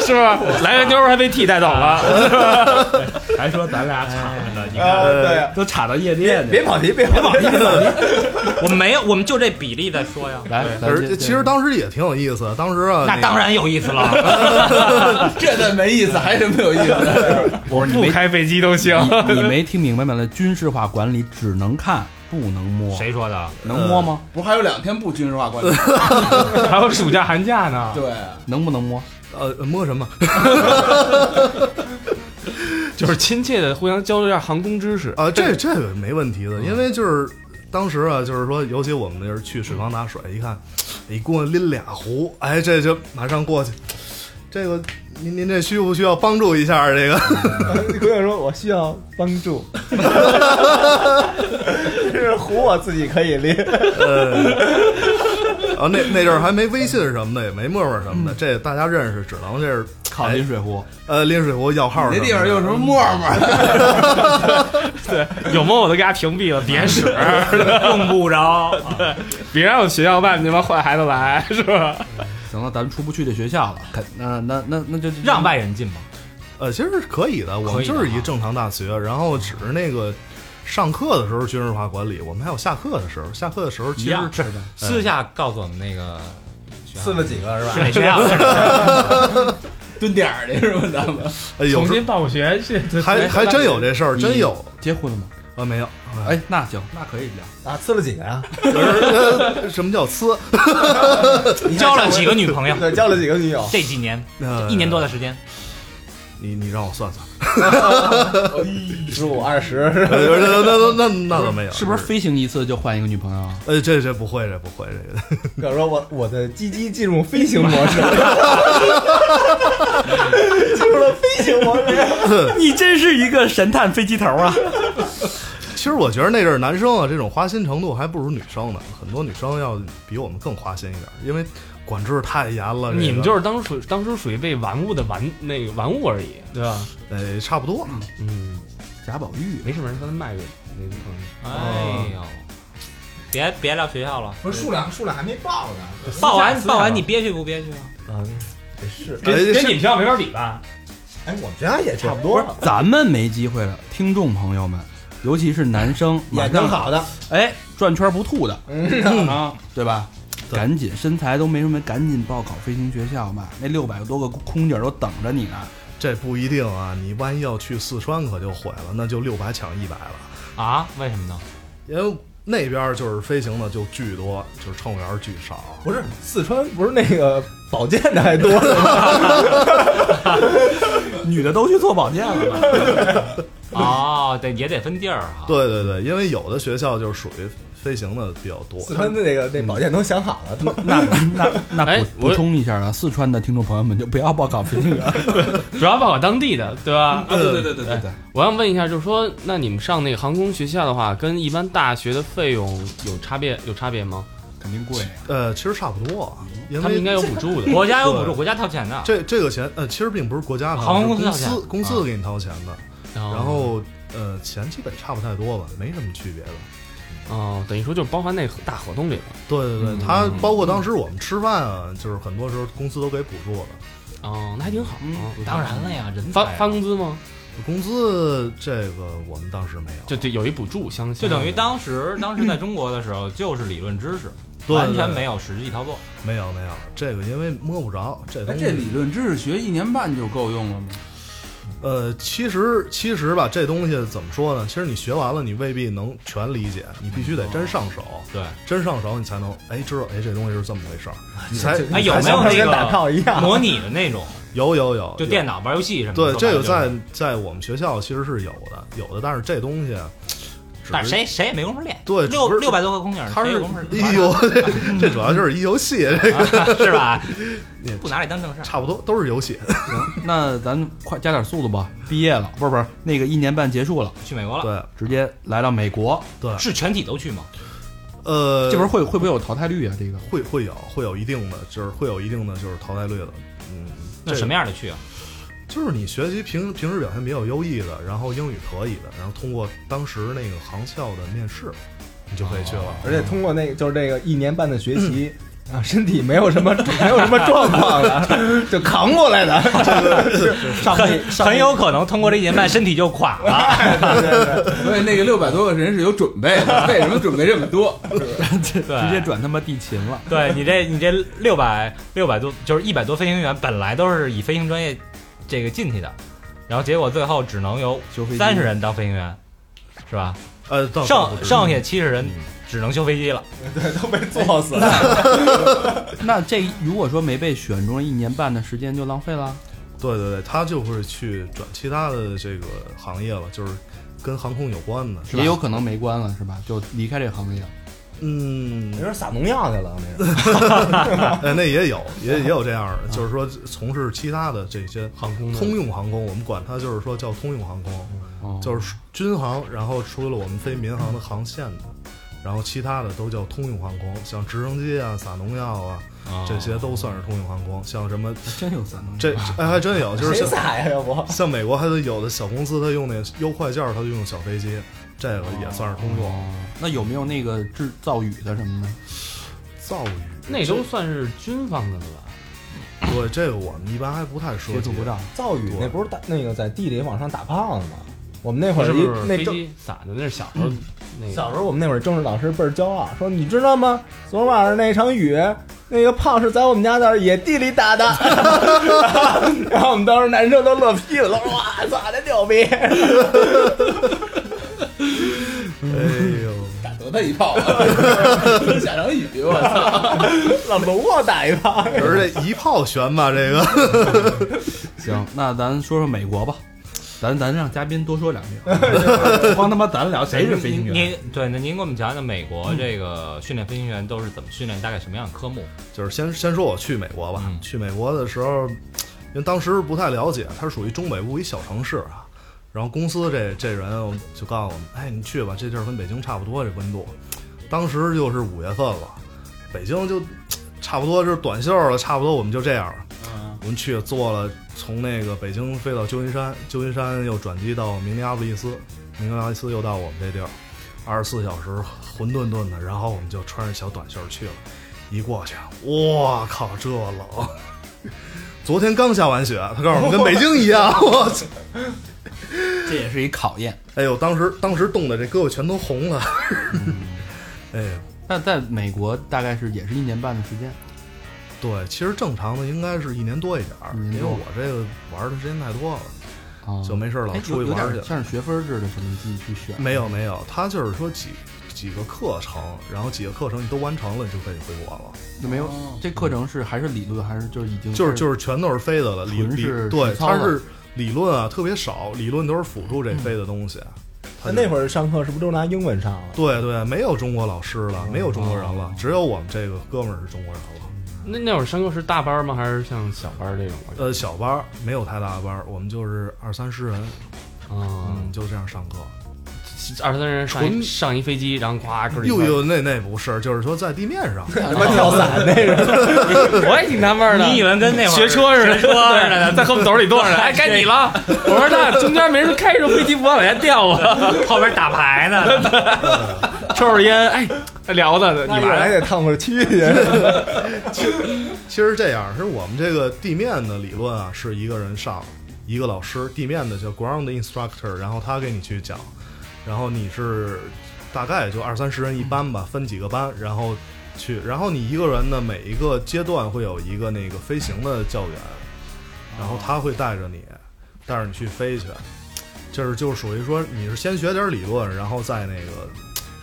Speaker 11: 是吧？来个妞儿还被 T 带走了，
Speaker 4: 啊
Speaker 2: 还说咱
Speaker 4: 哎
Speaker 2: 俩吵，
Speaker 5: 啊，
Speaker 2: 都吵到夜
Speaker 5: 对，
Speaker 2: 店去。
Speaker 5: 别跑题，别跑题，
Speaker 4: 我们没有，我们就这比例在说呀。
Speaker 2: 来，咱
Speaker 6: 可是
Speaker 2: 先
Speaker 6: 其实当时也挺有意思，当时啊，
Speaker 4: 那
Speaker 6: 个
Speaker 4: 当然有意思了，
Speaker 10: 这倒没意思，还是没有意思。
Speaker 2: 我说你
Speaker 11: 不
Speaker 2: 没
Speaker 11: 开飞机都行。
Speaker 2: 你你没听明白吗？那军事化管理只能看不能摸，
Speaker 4: 谁说的？
Speaker 2: 能摸吗？
Speaker 10: 呃不是还有两天不军事化 管理？
Speaker 11: 还有暑假寒假呢，
Speaker 10: 对，
Speaker 2: 能不能摸？
Speaker 6: 呃摸什 么？
Speaker 11: 就是亲切的互相交流一下航空知识。
Speaker 6: 啊，这这个没问题的，因为就是当时啊，就是说，尤其我们就是去水房打水，一看，哎一姑娘拎俩壶，哎，这就马上过去。这个您您这需不需要帮助一下？这个
Speaker 5: 姑娘说：“我需要帮助。” 是唬我自己可以拎，
Speaker 6: 啊，那那阵儿还没微信什么的，也没陌陌什么
Speaker 11: 嗯
Speaker 6: 的，这大家认识，只能这是
Speaker 2: 靠
Speaker 6: 哎
Speaker 2: 近水壶，
Speaker 6: 呃拎水壶要号。
Speaker 10: 那地方有什么沫沫？
Speaker 11: 对，有没我都给他屏蔽了，别使，
Speaker 4: 用 不着。
Speaker 11: 别让我学校外面那帮坏孩子来，是吧？
Speaker 2: 行了，咱们出不去这学校了，肯那那那那 就
Speaker 4: 让外人进吧。
Speaker 6: 呃，其实是可以的，我
Speaker 4: 可
Speaker 6: 们
Speaker 4: 以的
Speaker 6: 就是一
Speaker 4: 啊
Speaker 6: 正常大学，然后只是那个上课的时候军事化管理，我们还有下课的时候，下课的时候
Speaker 4: 一
Speaker 6: 其实
Speaker 4: 样
Speaker 2: 的
Speaker 4: 私下告诉我们那个学校
Speaker 5: 这么几个是 吧？
Speaker 4: 是哪学校？是哪
Speaker 10: 蹲点儿去是吧？咱们
Speaker 6: 呃有
Speaker 11: 重
Speaker 6: 时
Speaker 11: 新报学去，
Speaker 6: 候还还真有这事儿，
Speaker 2: 你
Speaker 6: 真有
Speaker 2: 结婚了吗？
Speaker 6: 啊没有？
Speaker 2: 哎，那行，嗯那可以聊。
Speaker 5: 啊，呲了几个呀？
Speaker 6: 呃，什么叫呲？
Speaker 4: 交了几个女朋友？
Speaker 5: 对，交了几个女友？
Speaker 4: 这几年
Speaker 6: 呃
Speaker 4: 一年多的时间，
Speaker 6: 你你让我算 算，
Speaker 5: 十五二十，
Speaker 6: 呃那那那那那倒没有，
Speaker 2: 是不是飞行一次就换一个女朋友啊？
Speaker 6: 呃，这这不会，这不会，这个
Speaker 5: 要说我我的鸡鸡进入飞行模式，进入了飞行模式，
Speaker 2: 你真是一个神探飞机头啊！
Speaker 6: 其实我觉得那阵儿男生啊，这种花心程度还不如女生呢，很多女生要比我们更花心一点儿，因为管制太严了。
Speaker 9: 你们
Speaker 6: 这
Speaker 9: 就
Speaker 6: 个
Speaker 9: 是当属当初属于被玩物的玩那个玩物而已，对吧？
Speaker 6: 呃，差不多。
Speaker 9: 嗯，
Speaker 2: 贾宝玉，
Speaker 9: 没事没事，刚才卖给那个朋友。哦
Speaker 4: 哎呦，别别聊学校了，
Speaker 5: 不是数量数量还没报呢，
Speaker 4: 报完报完你憋屈不憋屈啊？
Speaker 9: 啊，
Speaker 5: 是，
Speaker 6: 哎
Speaker 9: 跟跟
Speaker 6: 是
Speaker 9: 你们学校没法比吧？
Speaker 5: 哎，我们家也差不多，
Speaker 2: 咱们没机会了，听众朋友们，尤其是男生，
Speaker 5: 眼睛，好的，
Speaker 2: 哎，转圈不吐的，
Speaker 5: 嗯
Speaker 2: 啊，对吧？
Speaker 6: 对
Speaker 2: 赶紧，身材都没什么，赶紧报考飞行学校吧！那六百多个空姐都等着你呢。
Speaker 6: 这不一定啊，你万一要去四川可就毁了，那就六百抢一百了，
Speaker 4: 啊？为什么呢？
Speaker 6: 因为那边儿就是飞行的就巨多，就是乘务员儿巨少。
Speaker 5: 不是四川不是那个保健的还多呢吗，
Speaker 2: 女的都去做保健了吧？
Speaker 4: 哦，得也得分地儿哈。，
Speaker 6: 对对对，因为有的学校就是属于飞行的比较 多。
Speaker 5: 四川的那个那保健都想好了，都
Speaker 2: 那那那
Speaker 9: 哎
Speaker 2: 补
Speaker 9: 我
Speaker 2: 补充一下啊，四川的听众朋友们就不要报考飞行员。
Speaker 9: 主要报考当地的，对吧？哎
Speaker 12: 啊，对对对对对，
Speaker 2: 对，
Speaker 9: 我想问一下，就是说，那你们上那个航空学校的话，跟一般大学的费用有差别有差别吗？
Speaker 2: 肯定贵。啊
Speaker 6: 呃，其实差不多，因
Speaker 9: 他们应该
Speaker 6: 为
Speaker 9: 有补助的。
Speaker 4: 国家有补
Speaker 6: 对
Speaker 4: 助，国家掏钱的。
Speaker 6: 这这个钱呃，其实并不是国家的，
Speaker 4: 航空
Speaker 6: 是
Speaker 4: 公
Speaker 6: 公
Speaker 4: 司掏
Speaker 6: 司
Speaker 4: 钱
Speaker 6: 公
Speaker 9: 啊
Speaker 6: 司给你掏钱的，然
Speaker 4: 哦
Speaker 9: 然
Speaker 6: 后呃钱基本差不太多吧，没什么区别的。
Speaker 9: 哦，等于说就包含那个大合同里了。嗯
Speaker 6: 对对对，他包括当时我们吃饭啊，就是很多时候公司都给补助的。
Speaker 9: 哦，那还挺好。
Speaker 2: 嗯
Speaker 9: 哦
Speaker 4: 当然了呀，人
Speaker 9: 发
Speaker 4: 才啊
Speaker 9: 发工资吗？
Speaker 6: 工资这个我们当时没有，
Speaker 9: 就就有一补助，相
Speaker 4: 就等于
Speaker 9: 当
Speaker 4: 当时当时在中国的时候，就是理论知识，
Speaker 6: 嗯对
Speaker 4: 完全没
Speaker 6: 有，
Speaker 4: 有实际操作。
Speaker 6: 没有没有，这个因为摸不着这
Speaker 12: 哎，
Speaker 6: 东
Speaker 12: 这
Speaker 6: 西。
Speaker 12: 理论知识学一年半就够用了吗？
Speaker 6: 呃，其实其实吧，这东西怎么说呢？其实你学完了，你未必能全理解，你必须得真上手，
Speaker 9: 哦
Speaker 4: 对，
Speaker 6: 真上手你才能哎知道哎这东西是这么回事儿，你才
Speaker 4: 哎有
Speaker 5: 还
Speaker 4: 没有
Speaker 5: 想
Speaker 4: 那
Speaker 5: 跟打
Speaker 4: 个
Speaker 5: 炮一样，
Speaker 4: 模拟的那种，
Speaker 6: 有有有，
Speaker 4: 就
Speaker 6: 有
Speaker 4: 电脑玩游戏什么的？
Speaker 6: 对这个
Speaker 4: 说白了
Speaker 6: 在
Speaker 4: 就是，
Speaker 6: 在我们学校其实是有的，有的，但是这东西只是
Speaker 4: 但是谁谁也没工夫练。
Speaker 6: 对
Speaker 4: 六
Speaker 6: 不是
Speaker 4: 六百多个空姐，
Speaker 6: 他
Speaker 4: 谁
Speaker 6: 是
Speaker 4: 有功夫
Speaker 6: 哎呦，这这主要就是一游戏，这
Speaker 4: 啊 是吧
Speaker 6: 也？
Speaker 4: 不拿这当正事儿。
Speaker 6: 差不多都是游戏。
Speaker 2: 那咱快加点速度吧，毕业了，不是不是，那个一年半结束了，
Speaker 4: 去美国了，
Speaker 6: 对
Speaker 2: 直接来到美国，
Speaker 6: 对，
Speaker 4: 是全体都去吗？
Speaker 6: 呃，
Speaker 2: 这边会会不会有淘汰率啊？这个
Speaker 6: 会会有会有一定的，就是会有一定的就是淘汰率的。嗯，
Speaker 4: 那什么样的去啊？
Speaker 6: 就是你学习平平时表现比较优异的，然后英语可以的，然后通过当时那个航校的面试，你就可以去了。
Speaker 5: 而且通过那个就是这个一年半的学习。啊，身体没有什么没有什么状况了， 就扛过来的。上辈上辈
Speaker 4: 很有可能通过这一年半，身体就垮了。
Speaker 12: 所以那个六百多个人是有准备 的，为什么准备这么多？
Speaker 2: 直接转他妈地勤了，
Speaker 4: 对你这你这六百六百多，就是一百多飞行员，本来都是以飞行专业这个进去的，然后结果最后只能有
Speaker 2: 修飞机
Speaker 4: 三十人当飞行员，是吧？
Speaker 6: 呃，到
Speaker 4: 剩剩下七十
Speaker 8: 嗯
Speaker 4: 人只能修飞机了。
Speaker 5: 对都被坐死了。
Speaker 2: 那这如果说没被选中，一年半的时间就浪费了。
Speaker 6: 对对对，他就会去转其他的这个行业了，就是跟航空有关的，
Speaker 2: 也有可能没关了，是吧？就离开这个行业了。
Speaker 6: 嗯
Speaker 5: 没，准撒农药去了，没准。
Speaker 6: 哎，那也有，也也有这样的，就是说从事其他的这些
Speaker 9: 航空的
Speaker 6: 通用航空，我们管它就是说叫通用航空，
Speaker 2: 哦，
Speaker 6: 就是军航，然后除了我们非民航的航线的，然后其他的都叫通用航空，像直升机啊、撒农药啊，这些都算是通用航空。像什么
Speaker 2: 真有三能。
Speaker 6: 这哎还真有，就是
Speaker 5: 谁
Speaker 6: 像
Speaker 5: 撒呀？要不
Speaker 6: 像美国还有有的小公司，它用那优快件儿，它就用小飞机，这个也算是通用。
Speaker 2: 哦，那有没有那个制造雨的什么的？
Speaker 6: 造语
Speaker 9: 那都算是军方的了吧？
Speaker 6: 对这个我们一般还不太说，
Speaker 2: 接触不到。
Speaker 5: 造雨那不是打那个在地里往上打炮呢吗？我们那会
Speaker 9: 不
Speaker 5: 儿
Speaker 9: 是
Speaker 5: 一
Speaker 9: 不是，
Speaker 5: 那
Speaker 9: 飞
Speaker 5: 正
Speaker 9: 机撒的那是小 时候那个。
Speaker 5: 小时候我们那会儿政治老师倍儿骄傲，说你知道吗？昨晚上那场雨，那个炮是在我们家的野地里打的， 然后我们当时男生都乐屁了，都说哇操，真牛逼！
Speaker 6: 哎呦。
Speaker 12: 打多大一炮啊！下场雨，我操！
Speaker 5: 老龙我打一炮，。
Speaker 6: 而这一炮悬吧，这个
Speaker 8: 行，那咱说说美国吧，咱咱让嘉宾多说 两句，光他妈咱聊 谁是飞行员？嗯
Speaker 4: 您对，那您给我们讲讲美国这个训练飞行员都是怎么训练，大概什么样的科目？
Speaker 6: 就是先先说我去美国吧，
Speaker 4: 嗯
Speaker 6: 去美国的时候，因为当时不太了解，它是属于中北部一小城市啊。然后公司这这人就告诉我们，哎，你去吧，这地儿跟北京差不多这温度。当时就是五月份了，北京就差不多就是短袖了，差不多我们就这样了。
Speaker 2: 嗯
Speaker 6: 我们去坐了从那个北京飞到旧金山，旧金山又转机到明尼阿波利斯，明尼阿波利斯又到我们这地儿，二十四小时混沌沌的，然后我们就穿着小短袖去了，一过去，哇靠，这冷！昨天刚下完雪，他告诉我们跟北京一样，我操！
Speaker 8: 这也是一考验。
Speaker 6: 哎呦，当时当时冻的这胳膊全都红了， 哎呦。
Speaker 8: 但在美国大概是也是一年半的时间，
Speaker 6: 对，其实正常的应该是一年多一点儿，
Speaker 8: 一
Speaker 6: 因
Speaker 8: 年
Speaker 6: 为
Speaker 8: 多
Speaker 6: 我这个玩的时间太多了，
Speaker 8: 啊，
Speaker 6: 就没事儿老
Speaker 8: 哎
Speaker 6: 出
Speaker 8: 有
Speaker 6: 去
Speaker 8: 有
Speaker 6: 玩儿去
Speaker 8: 点。像是学分制的什么，你自己去选。
Speaker 6: 没有没有，他就是说几几个课程，然后几个课程你都完成了，你就可以回国了。
Speaker 8: 没有，这课程是还是理论还是就是已经
Speaker 6: 就是
Speaker 8: 是
Speaker 6: 就是全都是飞的了，理
Speaker 8: 纯
Speaker 6: 理
Speaker 8: 是
Speaker 6: 对，
Speaker 8: 实操
Speaker 6: 它
Speaker 8: 的
Speaker 6: 是理论啊特别少，理论都是辅助这飞的东西。啊他
Speaker 5: 那那
Speaker 6: 儿
Speaker 5: 会儿上课是不是都拿英文上啊了？
Speaker 6: 对对，没有中国老师了，没有中国人了，只有我们这个哥们儿是中国人了。
Speaker 9: 那那会儿上课是大班吗？还是像小班这种？啊
Speaker 6: 呃，小班儿没有太大的班儿，我们就是二三十人，
Speaker 9: 啊，
Speaker 6: 嗯，就这样上课。
Speaker 9: 二三人上一
Speaker 6: 纯
Speaker 9: 上一飞机，然后咵出去。
Speaker 6: 呦呦，那那不是，就是说在地面上，
Speaker 5: 他妈跳伞那是，
Speaker 9: 我也挺纳闷的。
Speaker 4: 你以为跟那会儿
Speaker 9: 学车似的，
Speaker 4: 学车似的，
Speaker 9: 对在后面斗 里坐着，哎，该你了。我说那中间没人开着飞机不往下掉啊，
Speaker 4: 后边打牌呢，
Speaker 9: 抽着烟，哎，聊的你
Speaker 5: 那一会儿还
Speaker 9: 来
Speaker 5: 得趟会儿去去。
Speaker 6: 其实这样，是我们这个地面的理论啊，是一个人上，一个老师，地面的叫 ground instructor，然后他给你去讲，然后你是大概也就二三十人一班吧，分几个班，然后去，然后你一个人呢，每一个阶段会有一个那个飞行的教员，然后他会带着你，带着你去飞去，就是就是属于说你是先学点理论，然后再那个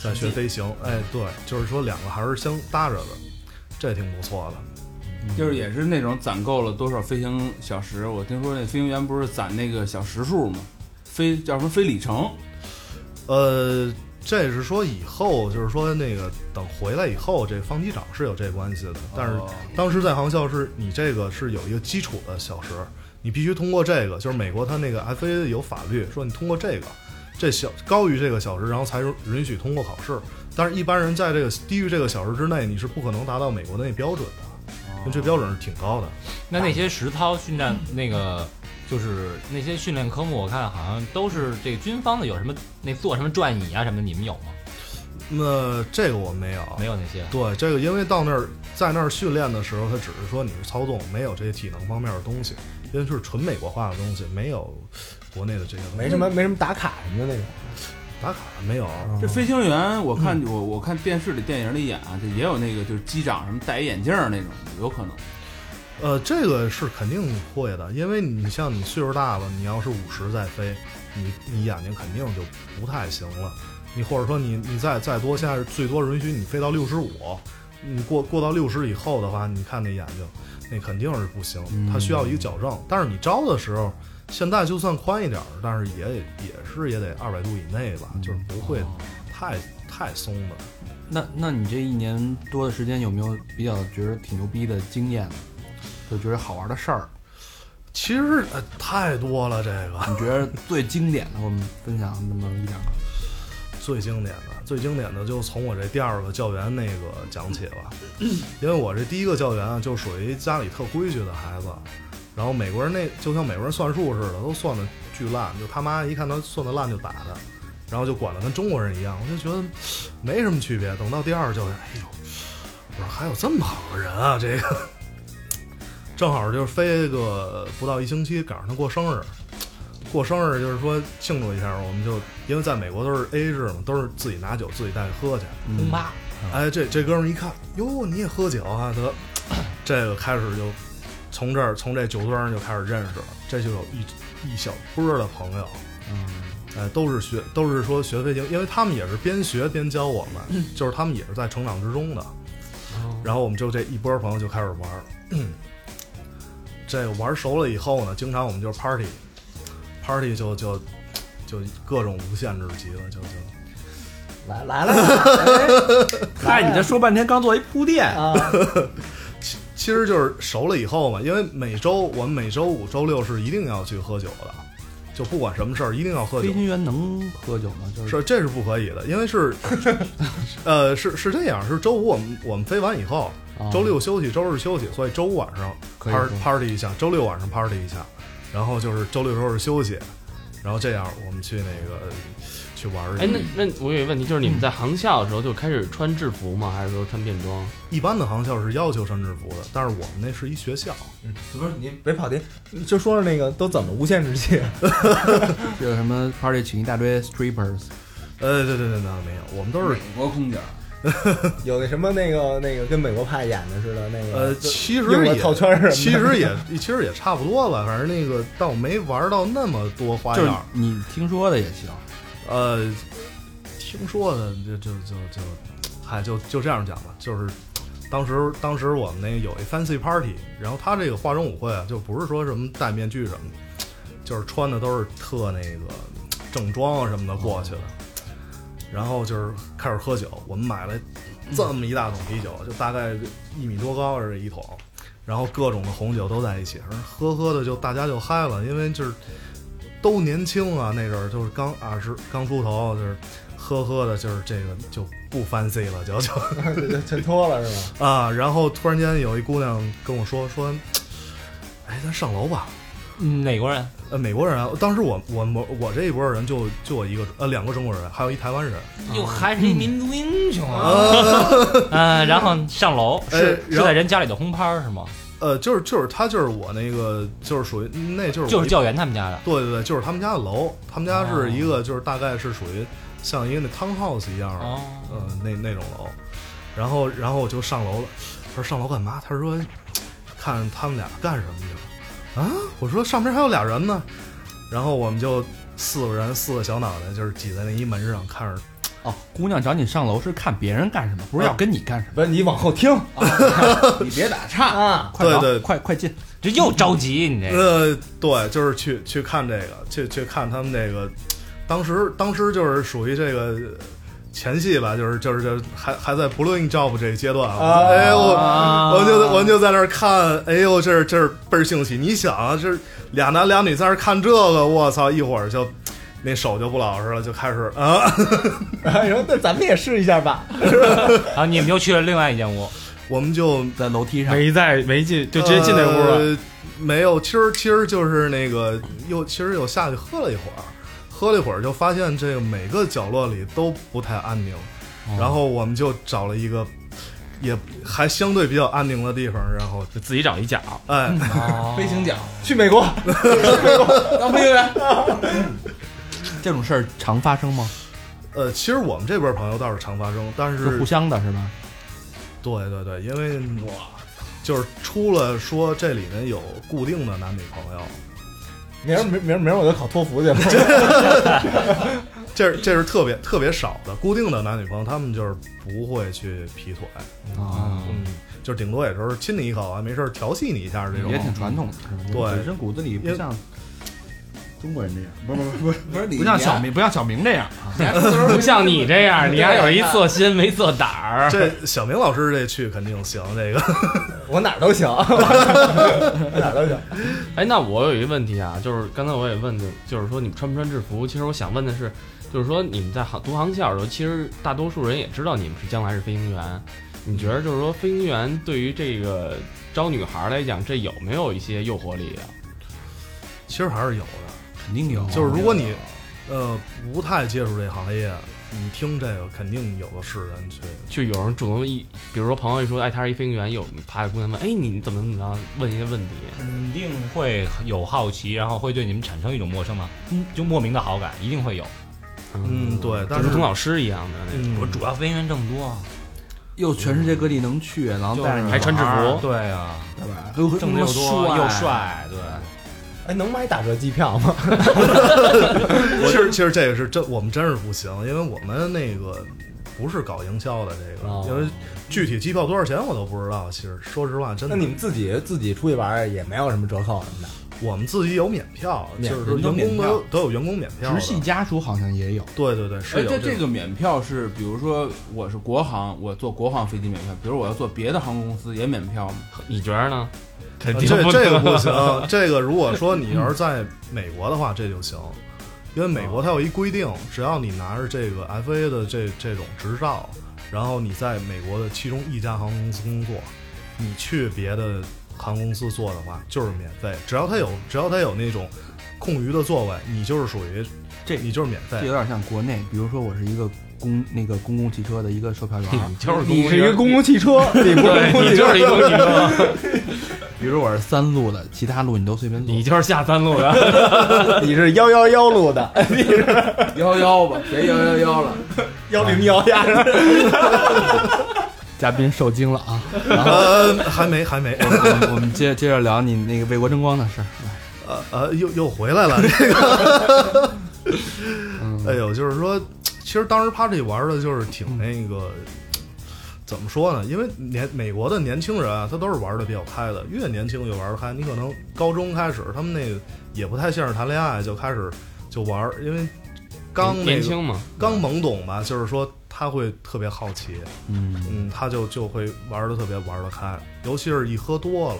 Speaker 6: 再学飞行，哎，对，就是说两个还是相搭着的，这挺不错的。
Speaker 2: 就是也是那种攒够了多少飞行小时，我听说那飞行员不是攒那个小时数吗？飞叫什么飞里程？
Speaker 6: 呃，这是说以后，就是说那个等回来以后，这方机长是有这关系的。但
Speaker 8: 哦
Speaker 2: 哦
Speaker 6: 是当时在航校是你这个是有一个基础的小时，你必须通过这个，就是美国它那个 FAA 有法律说你通过这个，这小高于这个小时，然后才允许通过考试。但是一般人在这个低于这个小时之内，你是不可能达到美国的那标准的，因为这标准是挺高的。
Speaker 4: 那那些实操训练那个。就是那些训练科目，我看好像都是这个军方的，有什么那做什么转椅啊什么的，你们有吗？
Speaker 6: 那这个我没有，
Speaker 4: 没有那些。
Speaker 6: 对，这个因为到那儿在那儿训练的时候，他只是说你是操纵，没有这些体能方面的东西，因为是纯美国化的东西，没有国内的这些东西
Speaker 5: 没什么嗯没什么打卡什么的那种。
Speaker 6: 打卡，没有。
Speaker 2: 这飞行员，我看
Speaker 8: 嗯
Speaker 2: 我我看电视里、电影里演啊，就也有那个就是机长什么戴一眼镜儿那种，有可能。
Speaker 6: 呃，这个是肯定会的，因为你像你岁数大了，你要是五十再飞，你你眼睛肯定就不太行了。你或者说你你再再多，现在是最多允许你飞到六十五，你过过到六十以后的话，你看那眼睛，那肯定是不行，它需要一个矫正。但是你招的时候，现在就算宽一点儿，但是也也是也得二百度以内吧，就是不会太太松的。
Speaker 8: 那那你这一年多的时间有没有比较觉得挺牛逼的经验呢？就觉得好玩的事儿，
Speaker 6: 其实、呃、太多了这个。
Speaker 8: 你觉得最经典的，我们分享那么一两个。
Speaker 6: 最经典的，最经典的就从我这第二个教员那个讲起吧，因为我这第一个教员啊，就属于家里特规矩的孩子，然后美国人那就像美国人算数似的，都算的巨烂，就他妈一看他算的烂就打他，然后就管得跟中国人一样，我就觉得没什么区别。等到第二个教员，哎呦，我说还有这么好的人啊，这个正好就是飞个不到一星期，赶上他过生日，过生日就是说庆祝一下，我们就因为在美国都是 A A 制嘛，都是自己拿酒自己带着喝去。
Speaker 8: 轰趴，
Speaker 6: 哎，这这哥们儿一看，哟，你也喝酒啊？得，这个开始就从这儿从这酒堆儿上就开始认识了，这就有一一小波儿的朋友，哎，都是学都是说学飞行，因为他们也是边学边教我们，就是他们也是在成长之中的。然后我们就这一波朋友就开始玩儿，这个玩熟了以后呢，经常我们就是 party，party 就就就各种无限制级了，就就
Speaker 5: 来来了吧，
Speaker 8: 嗨，你这说半天刚做一铺垫
Speaker 5: 哎，啊，
Speaker 6: 其其实就是熟了以后嘛，因为每周我们每周五、周六是一定要去喝酒的，就不管什么事儿一定要喝酒
Speaker 8: 飞。行员能喝酒吗？就是
Speaker 6: 是，这是不可以的，因为是， 呃，是是这样，是周五我们我们飞完以后，
Speaker 8: 啊
Speaker 6: 周六休息，周日休息，所以周五晚上
Speaker 8: 可以
Speaker 6: par-
Speaker 8: 喝
Speaker 6: party 一下，周六晚上 party 一下，然后就是周六周日休息，然后这样我们去那个去玩儿。
Speaker 9: 哎，那那我有一个问题，就是你们在航校的时候就开始穿制服吗？还是说穿便装？
Speaker 6: 一般的航校是要求穿制服的，但是我们那是一学校，
Speaker 5: 不是你别跑题，就说说那个都怎么无限制器，
Speaker 8: 这个什么 party 请一大堆 strippers，
Speaker 6: 呃，对对对，那没有，我们都是
Speaker 2: 美国空姐儿，
Speaker 5: 有那什么那个那个跟美国派演的似的那个，
Speaker 6: 呃，其
Speaker 5: 用
Speaker 6: 实
Speaker 5: 了
Speaker 6: 也
Speaker 5: 套圈儿什么的
Speaker 6: 其实也其实也差不多吧，反正那个倒没玩到那么多花
Speaker 8: 就是
Speaker 6: 样儿。
Speaker 8: 你听说的也行。
Speaker 6: 呃，听说的就就就就，嗨，就就这样讲吧，就是。当时，当时我们那个有一 fancy party，然后他这个化妆舞会啊，就不是说什么戴面具什么的，就是穿的都是特那个正装啊什么的过去的，然后就是开始喝酒，我们买了这么一大桶啤酒，就大概一米多高是一桶，然后各种的红酒都在一起，喝喝的就大家就嗨了，因为就是都年轻啊，那阵儿就是刚二十刚出头，就是喝喝的，就是这个就不 fancy 了，就就
Speaker 5: 就就全脱了是吗？
Speaker 6: 啊，然后突然间有一姑娘跟我说说，哎，咱上楼吧。
Speaker 4: 嗯哪国人？
Speaker 6: 呃，美国人啊，当时我我我我这一波人就就我一个呃两个中国人，还有一台湾人，
Speaker 4: 哟，还是一民族英雄啊！ 嗯，然后上楼
Speaker 6: 哎
Speaker 4: 是是
Speaker 6: 然后
Speaker 4: 在人家里的轰趴是吗？
Speaker 6: 呃，就是就是他就是我那个就是属于那就是我
Speaker 4: 就是哦
Speaker 6: 一
Speaker 4: 教员他们家的。
Speaker 6: 对对对，就是他们家的楼，他们家是一个就是大概是属于像一个那 townhouse 一样的，
Speaker 4: 哦
Speaker 6: 呃，那那种楼。然后然后我就上楼了，他说上楼干嘛？他说看他们俩干什么去了啊？我说上边还有俩人呢。然后我们就四个人四个小脑袋就是挤在那一门上看着，
Speaker 8: 哦，姑娘找你上楼是看别人干什么，不是要跟你干什么。
Speaker 5: 不是你往后听
Speaker 2: 啊你别打岔。
Speaker 5: 啊，
Speaker 8: 快聊
Speaker 6: 对对
Speaker 8: 快快进，
Speaker 4: 这又着急，你这 个
Speaker 6: 呃，对，就是去去看这个，去去看他们这个，当时当时就是属于这个呃前戏吧，就是就是就是还还在不论 job 这个阶段
Speaker 5: 啊
Speaker 6: 哎我
Speaker 8: 哦
Speaker 2: 啊
Speaker 6: 我们就我们就在那儿看，哎呦，这是这是倍儿兴起，你想啊，这俩男俩女在那儿看这个，我操，一会儿就那手就不老实了，就开始 啊，
Speaker 5: 然后说那咱们也试一下吧，
Speaker 4: 然后你们又去了另外一间屋，
Speaker 6: 我们就
Speaker 8: 在楼梯上。
Speaker 9: 没在没进，就直接进那屋了。
Speaker 6: 呃没有，其实其实就是那个又其实又下去喝了一会儿，喝了一会儿就发现这个每个角落里都不太安宁，
Speaker 9: 哦
Speaker 6: 然后我们就找了一个也还相对比较安宁的地方，然后
Speaker 9: 就自己找一角，
Speaker 6: 哎，
Speaker 2: 飞行奖，
Speaker 5: 去美国，
Speaker 2: 当飞行员，
Speaker 8: 这种事儿常发生吗？
Speaker 6: 呃，其实我们这边朋友倒是常发生，但
Speaker 8: 是
Speaker 6: 是
Speaker 8: 互相的，是吧？
Speaker 6: 对对对，因为哇，就是除了说这里面有固定的男女朋友，
Speaker 5: 明儿明儿明儿明儿我就考托福去了。
Speaker 6: 这是这是特别特别少的固定的男女朋友，他们就是不会去劈腿。
Speaker 8: 啊，
Speaker 6: 嗯，就是顶多也就是亲你一口啊，没事儿调戏你一下这种
Speaker 8: 也。挺传统的，是吧？
Speaker 6: 对
Speaker 8: 本身骨子里不像中国人这样，不是不是不是，
Speaker 2: 不是你
Speaker 8: 不像小，明，不像小明这样。
Speaker 2: 你还自个儿
Speaker 9: 不像你这样，你还有
Speaker 4: 啊
Speaker 9: 一色心没色胆儿。
Speaker 6: 这小明老师这去肯定行，这个
Speaker 5: 我哪儿都行，我哪儿都行。
Speaker 9: 哎，那我有一个问题啊，就是刚才我也问的，就是说你们穿不穿制服？其实我想问的是，就是说你们在航读航校的时候，其实大多数人也知道你们是将来是飞行员。你觉得就是说飞行员对于这个招女孩来讲，这有没有一些诱惑力啊？
Speaker 6: 其实还是有的。
Speaker 8: 肯定有，
Speaker 6: 就是如果你呃不太接触这行业，你听这个肯定有的是人去。
Speaker 9: 就有人主动一，比如说朋友一说，哎，他是一飞行员，有爬的姑娘问，哎，你怎么怎么着？问一些问题，
Speaker 4: 肯呃定会有好奇，然后会对你们产生一种陌生的，嗯就莫名的好感，一定会有。
Speaker 6: 嗯，对，但
Speaker 9: 就是是跟老师一样的那种。
Speaker 6: 嗯
Speaker 4: 我主要飞行员挣多，啊
Speaker 8: 又全世界各地能去，然后带着你
Speaker 9: 还穿制服
Speaker 4: 对啊，
Speaker 8: 对吧？又
Speaker 4: 挣的又多又，帅，对。
Speaker 5: 哎，能买打折机票吗？
Speaker 6: 我其实其实这个是真，我们真是不行，因为我们那个不是搞营销的这个，
Speaker 9: 哦
Speaker 6: 因为具体机票多少钱我都不知道。其实说实话，真
Speaker 5: 那
Speaker 6: 的，
Speaker 5: 你们自己自己出去玩儿也没有什么折扣什么的。
Speaker 6: 我们自己有免票，
Speaker 8: 免
Speaker 6: 就是说
Speaker 8: 人都
Speaker 6: 员工
Speaker 8: 免票
Speaker 6: 都都有员工免票的。
Speaker 8: 直系家属好像也有，
Speaker 6: 对对对，是
Speaker 2: 哎，
Speaker 6: 有
Speaker 2: 这
Speaker 6: 这
Speaker 2: 这
Speaker 6: 个
Speaker 2: 个免票是，比如说我是国航，我坐国航飞机免票，比如我要坐别的航空公司也免票吗？
Speaker 9: 你觉得呢？肯
Speaker 6: 呃
Speaker 9: 定
Speaker 6: 这
Speaker 9: 不
Speaker 6: 这个不
Speaker 9: 能
Speaker 6: 行，啊这个如果说你要是在美国的话，这就行，因为美国它有一规定，只要你拿着这个 FA 的这这种执照，然后你在美国的其中一家航空公司工作，你去别的航空公司做的话就是免费，只要它有只要它有那种空余的座位，你就是属于
Speaker 8: 这
Speaker 6: 你就是免费
Speaker 8: 这有。点像国内，比如说我是一个公那个公共汽车的一个售票员，啊
Speaker 9: 就是
Speaker 5: 你是一个公共汽车，你不是公
Speaker 9: 对，
Speaker 5: 共
Speaker 9: 你
Speaker 5: 汽车
Speaker 9: 就是一公 汽车，
Speaker 8: 比如我是三路的，其他路你都随便坐。
Speaker 9: 你就是下三路的。
Speaker 5: 你是幺幺幺路的，
Speaker 2: 幺幺吧，别幺幺幺了。
Speaker 5: 幺零幺呀，
Speaker 8: 嘉宾受惊了 啊！
Speaker 6: 呃，还没还没，
Speaker 8: 我们我们接接着聊你那个为国争光的事儿。
Speaker 6: 呃呃，又又回来了。这个， 哎呦，就是说，其实当时 party 玩的就是挺那个，怎么说呢？因为年美国的年轻人啊，他都是玩的比较开的，越年轻越玩的开。你可能高中开始，他们那个也不太像是谈恋爱，就开始就玩儿，因为刚那
Speaker 9: 年
Speaker 6: 个
Speaker 9: 轻嘛，
Speaker 6: 刚懵懂吧，就是说他会特别好奇，
Speaker 8: 嗯，
Speaker 6: 嗯，他就就会玩的特别玩得开，尤其是一喝多了，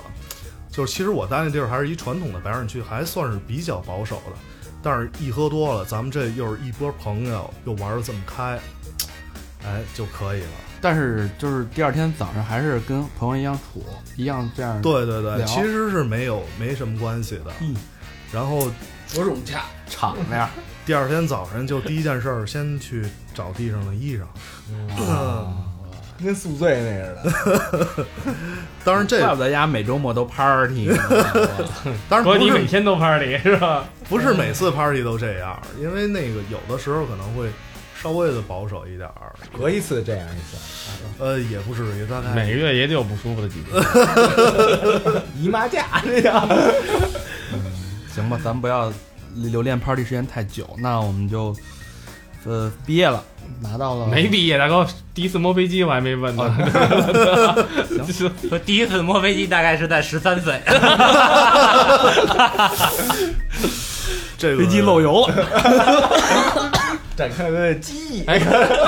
Speaker 6: 就是其实我待那地儿还是一传统的白人区，还算是比较保守的，但是一喝多了，咱们这又是一波朋友，又玩的这么开，哎，就可以了。
Speaker 8: 但是就是第二天早上还是跟朋友一样处，一样这样。，
Speaker 6: 对对对，
Speaker 8: 聊
Speaker 6: 其实是没有没什么关系的。
Speaker 8: 嗯，
Speaker 6: 然后
Speaker 2: 着重恰，
Speaker 8: 敞亮。
Speaker 6: 第二天早晨就第一件事儿，先去找地上的衣裳。
Speaker 5: 跟宿醉那似的。
Speaker 6: 当然这
Speaker 8: 怪不得家每周末都 party 呢。
Speaker 6: 当然不
Speaker 9: 说你每
Speaker 6: 是
Speaker 9: 天都 party 是吧？
Speaker 6: 不是每次 party 都这样，因为那个有的时候可能会稍微的保守一点儿。
Speaker 5: 隔一次这样一次，
Speaker 6: 呃，也不至于，大概
Speaker 9: 每个月也得有不舒服的几天。
Speaker 5: 姨妈假这样。
Speaker 8: 行吧，咱们不要留恋 party 时间太久，那我们就呃毕业了，拿到了
Speaker 9: 没毕业，大哥，第一次摸飞机我还没问呢。就是
Speaker 4: 说第一次摸飞机大概是在十三 岁，
Speaker 6: 这个
Speaker 8: 飞机漏油了。
Speaker 5: 展开了记忆，
Speaker 9: 哎，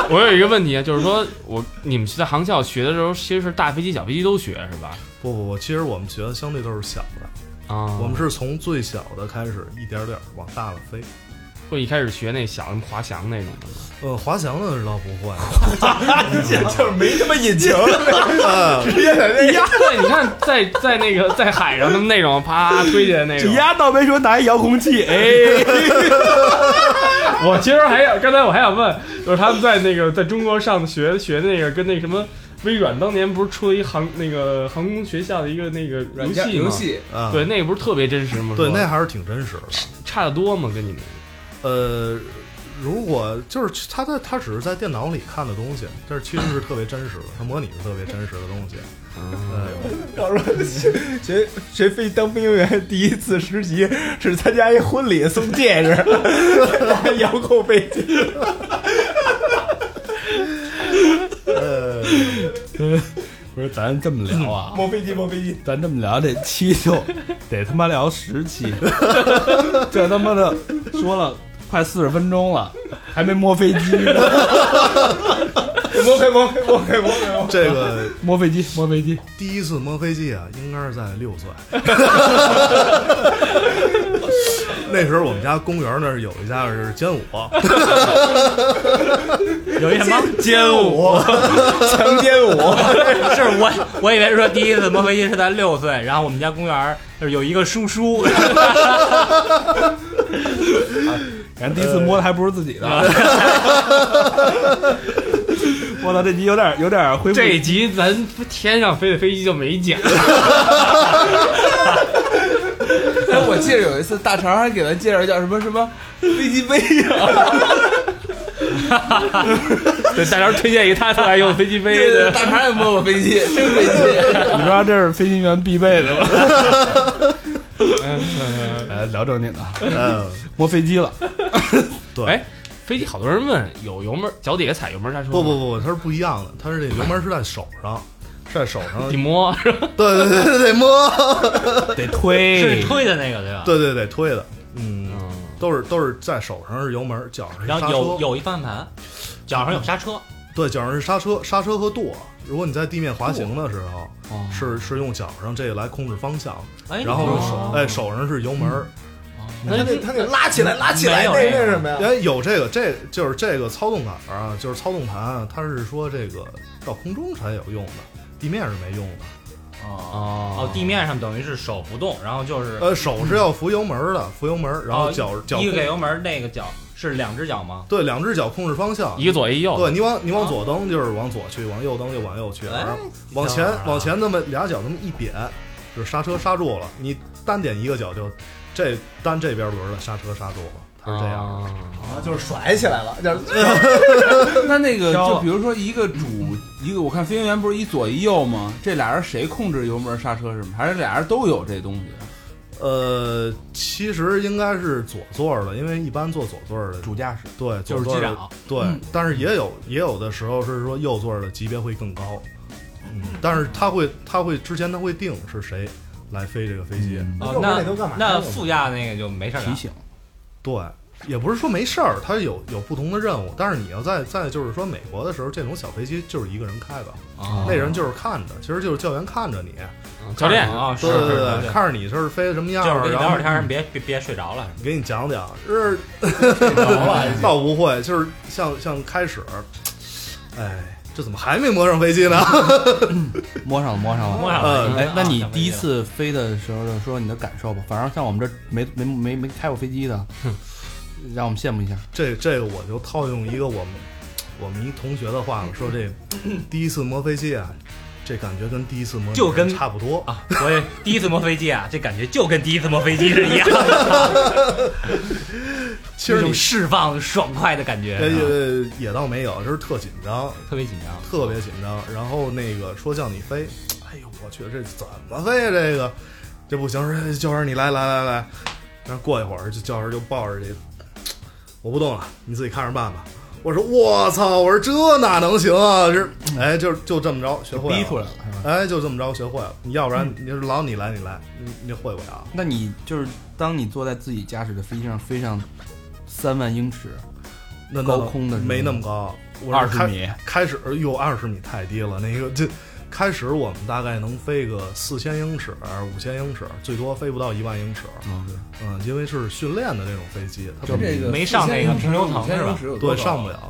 Speaker 9: 我有一个问题啊，就是说我你们在航校学的时候，其实是大飞机、小飞机都学是吧？
Speaker 6: 不不不，其实我们学的相对都是小的，
Speaker 9: 啊，
Speaker 6: 我们是从最小的开始，一点点儿往大了飞。
Speaker 9: 会一开始学那小的滑翔那种的吗。
Speaker 6: 呃，滑翔的倒不会，
Speaker 5: 就是没什么引擎，
Speaker 6: 呃
Speaker 5: 直接在那压，
Speaker 9: 对，你看在在那个在海上的那种啪推进那
Speaker 8: 这
Speaker 9: 种，
Speaker 8: 丫倒没说拿一遥控器，哎，
Speaker 9: 我其实还想，刚才我还想问，就是他们在那个在中国上学学那个跟那什么。微软当年不是出了一航那个航空学校的一个那个游戏吗？
Speaker 2: 游戏
Speaker 6: 啊，
Speaker 9: 对，那个不是特别真实吗？
Speaker 6: 对，
Speaker 9: 说
Speaker 6: 那还是挺真实的。
Speaker 9: 差得多吗？跟你们
Speaker 6: 呃，如果就是它在它只是在电脑里看的东西，但是其实是特别真实的，它模拟是特别真实的东西。呃，
Speaker 5: 告诉我学学学飞当飞行员第一次实习是参加一婚礼送戒指，遥控飞机。
Speaker 6: 呃，
Speaker 8: 不是咱这么聊啊，
Speaker 5: 摸飞机，摸飞机，
Speaker 8: 咱这么聊这期就得他妈聊十 期，这他妈的说了快四十分钟了，还没摸飞机呢，
Speaker 5: 摸开，摸开，摸开，摸开，摸开。
Speaker 6: 这个
Speaker 8: 摸飞机，摸飞机，
Speaker 6: 第一次摸飞机啊，应该是在六岁。那时候我们家公园那儿有一家是歼五，
Speaker 4: 有一什么
Speaker 5: 歼五，强歼五，
Speaker 4: 是我，我以为说第一次摸飞机是在六岁，然后我们家公园儿就是有一个叔叔，
Speaker 2: 呃
Speaker 8: 人第一次摸的还不是自己的。 我操，这集有点有点恢复
Speaker 9: 这一集咱天上飞的飞机就没 讲，
Speaker 2: 哎，我记得有一次大肠还给咱介绍叫什么什么飞机杯啊，
Speaker 9: 对，大家推荐一个他特爱用的飞机杯的。
Speaker 2: 大肠也摸过飞 机，真飞机。
Speaker 8: 你知道这是飞行员必备的吗？呃来聊正经的，
Speaker 6: 嗯，
Speaker 8: 摸飞机了，
Speaker 6: 对，
Speaker 9: 哎，飞机好多人问有油门，脚底下踩油门刹车吗
Speaker 6: 不不不，它是不一样的，它是这油门是在手上，是在手上，
Speaker 9: 得
Speaker 6: 对
Speaker 9: 摸，
Speaker 6: 对对对，得摸，
Speaker 8: 得推
Speaker 4: 是推的那个对吧？
Speaker 6: 对对对，推的，嗯，
Speaker 9: 嗯，
Speaker 6: 都是都是在手上是油门，脚上是
Speaker 4: 然
Speaker 6: 刹
Speaker 4: 后有
Speaker 6: 车，
Speaker 4: 有一方向盘，脚上有刹车，
Speaker 6: 对，脚上是刹车，刹车和舵。如果你在地面滑行的时候，
Speaker 9: 哦
Speaker 6: 是是用脚上这个来控制方向，
Speaker 4: 哎，
Speaker 6: 然后
Speaker 4: 你
Speaker 6: 用
Speaker 4: 说
Speaker 6: 手，哎，手上是油门。
Speaker 5: 他得他得拉起来，拉起
Speaker 4: 没
Speaker 5: 来，
Speaker 4: 有
Speaker 5: 那那
Speaker 4: 这个
Speaker 5: 是什么呀？
Speaker 6: 哎，有这个，这就是这个操纵杆儿啊，就是操纵盘啊，它是说这个到空中才有用的，地面是没用的。
Speaker 4: 哦
Speaker 8: 啊
Speaker 9: 哦，
Speaker 4: 地面上等于是手不动，然后就是
Speaker 6: 呃，手是要扶油门儿的，扶油门儿，然后
Speaker 4: 哦
Speaker 6: 脚脚
Speaker 4: 一个
Speaker 6: 控
Speaker 4: 给油门，那个脚是两只脚吗？
Speaker 6: 对，两只脚控制方向。
Speaker 9: 一个左一右，
Speaker 6: 对你往你往左蹬就是往左去，往右蹬就往右去，
Speaker 4: 哎
Speaker 6: 然后往前往前那么俩脚那么一扁，就是刹车刹住了。你单点一个脚就这单这边轮的刹车刹住了，它是这样
Speaker 4: 哦
Speaker 6: 的。
Speaker 9: 啊
Speaker 5: 啊，就是甩起来了，就是
Speaker 2: 那那个
Speaker 8: 飘了
Speaker 2: 就比如说一个主一个，我看飞行员不是一左一右吗？这俩人谁控制油门、刹车什么？还是俩人都有这东西？
Speaker 6: 呃，其实应该是左座儿的，因为一般坐左座儿的
Speaker 2: 主驾驶
Speaker 6: 对，
Speaker 4: 就
Speaker 6: 左
Speaker 4: 是机
Speaker 6: 座儿的
Speaker 4: 长，
Speaker 6: 对，但是也有也有的时候是说右座的级别会更高，嗯，但是他会他会之前他会定是谁来飞这个飞机，
Speaker 4: 哦
Speaker 5: 右边
Speaker 4: 那
Speaker 5: 那都干嘛
Speaker 4: 那副驾那个就没事儿
Speaker 2: 提
Speaker 4: 干，
Speaker 2: 醒，
Speaker 6: 对，也不是说没事儿，他有有不同的任务，但是你要在在就是说美国的时候，这种小飞机就是一个人开的，
Speaker 4: 哦
Speaker 6: 那人就是看着，其实就是教员看着你，
Speaker 9: 教练
Speaker 4: 啊，是
Speaker 6: 对
Speaker 4: 是
Speaker 6: 对
Speaker 4: 是
Speaker 6: 对，
Speaker 4: 是，
Speaker 6: 看着你这是飞什么样
Speaker 4: 就是
Speaker 6: 儿，
Speaker 4: 跟你
Speaker 6: 然
Speaker 4: 聊
Speaker 6: 后
Speaker 4: 会儿天儿，别别别睡着了。
Speaker 6: 给你讲 讲，是 倒不会，就是像像开始，哎，这怎么还没摸上飞机呢？
Speaker 8: 摸上了，摸上了，
Speaker 4: 摸上
Speaker 2: 呃
Speaker 4: 了
Speaker 8: 哎
Speaker 4: 嗯，
Speaker 8: 那你第一次飞的时候，就说你的感受吧。反正像我们这没没没没开过飞机的，让我们羡慕一下。
Speaker 6: 这这个我就套用一个我们我们一同学的话，说这第一次摸飞机啊，这感觉跟第一次摸
Speaker 4: 就跟
Speaker 6: 女人差不多。
Speaker 4: 啊，我也第一次摸飞机啊，这感觉就跟第一次摸飞机是一样，
Speaker 6: 其实
Speaker 4: 一
Speaker 6: 你哎
Speaker 4: 种释放爽快的
Speaker 8: 啊
Speaker 4: 感觉，
Speaker 6: 呃
Speaker 4: 啊
Speaker 6: 也也也倒没有，就是特紧张，
Speaker 4: 特别紧张。
Speaker 6: 特别紧张。然后那个说叫你飞，哎呦我去，这怎么飞呀、这个这不行，说哎教员你来来来来。然后过一会儿，这教员就抱着这，我不动了，你自己看着办吧。我说我操！我说这哪能行啊？这哎，就就这么着学会了。
Speaker 8: 逼出来嗯了是吧？
Speaker 6: 哎，就这么着学会了。你要不然你就老你来你来，你你会不了。
Speaker 8: 那你就是当你坐在自己驾驶的飞机上飞上三万英尺，
Speaker 6: 那那
Speaker 8: 高空的是吗
Speaker 6: 没那么高，我
Speaker 8: 二十
Speaker 6: 开
Speaker 8: 米，
Speaker 6: 开始哟二十米太低了。那个这开始我们大概能飞个四千英尺、五千英尺，最多飞不到一万英尺。嗯，因为是训练的那种飞机，它不
Speaker 2: 这个
Speaker 4: 没上那个平流层是吧
Speaker 2: 是吧
Speaker 6: 对上不。了。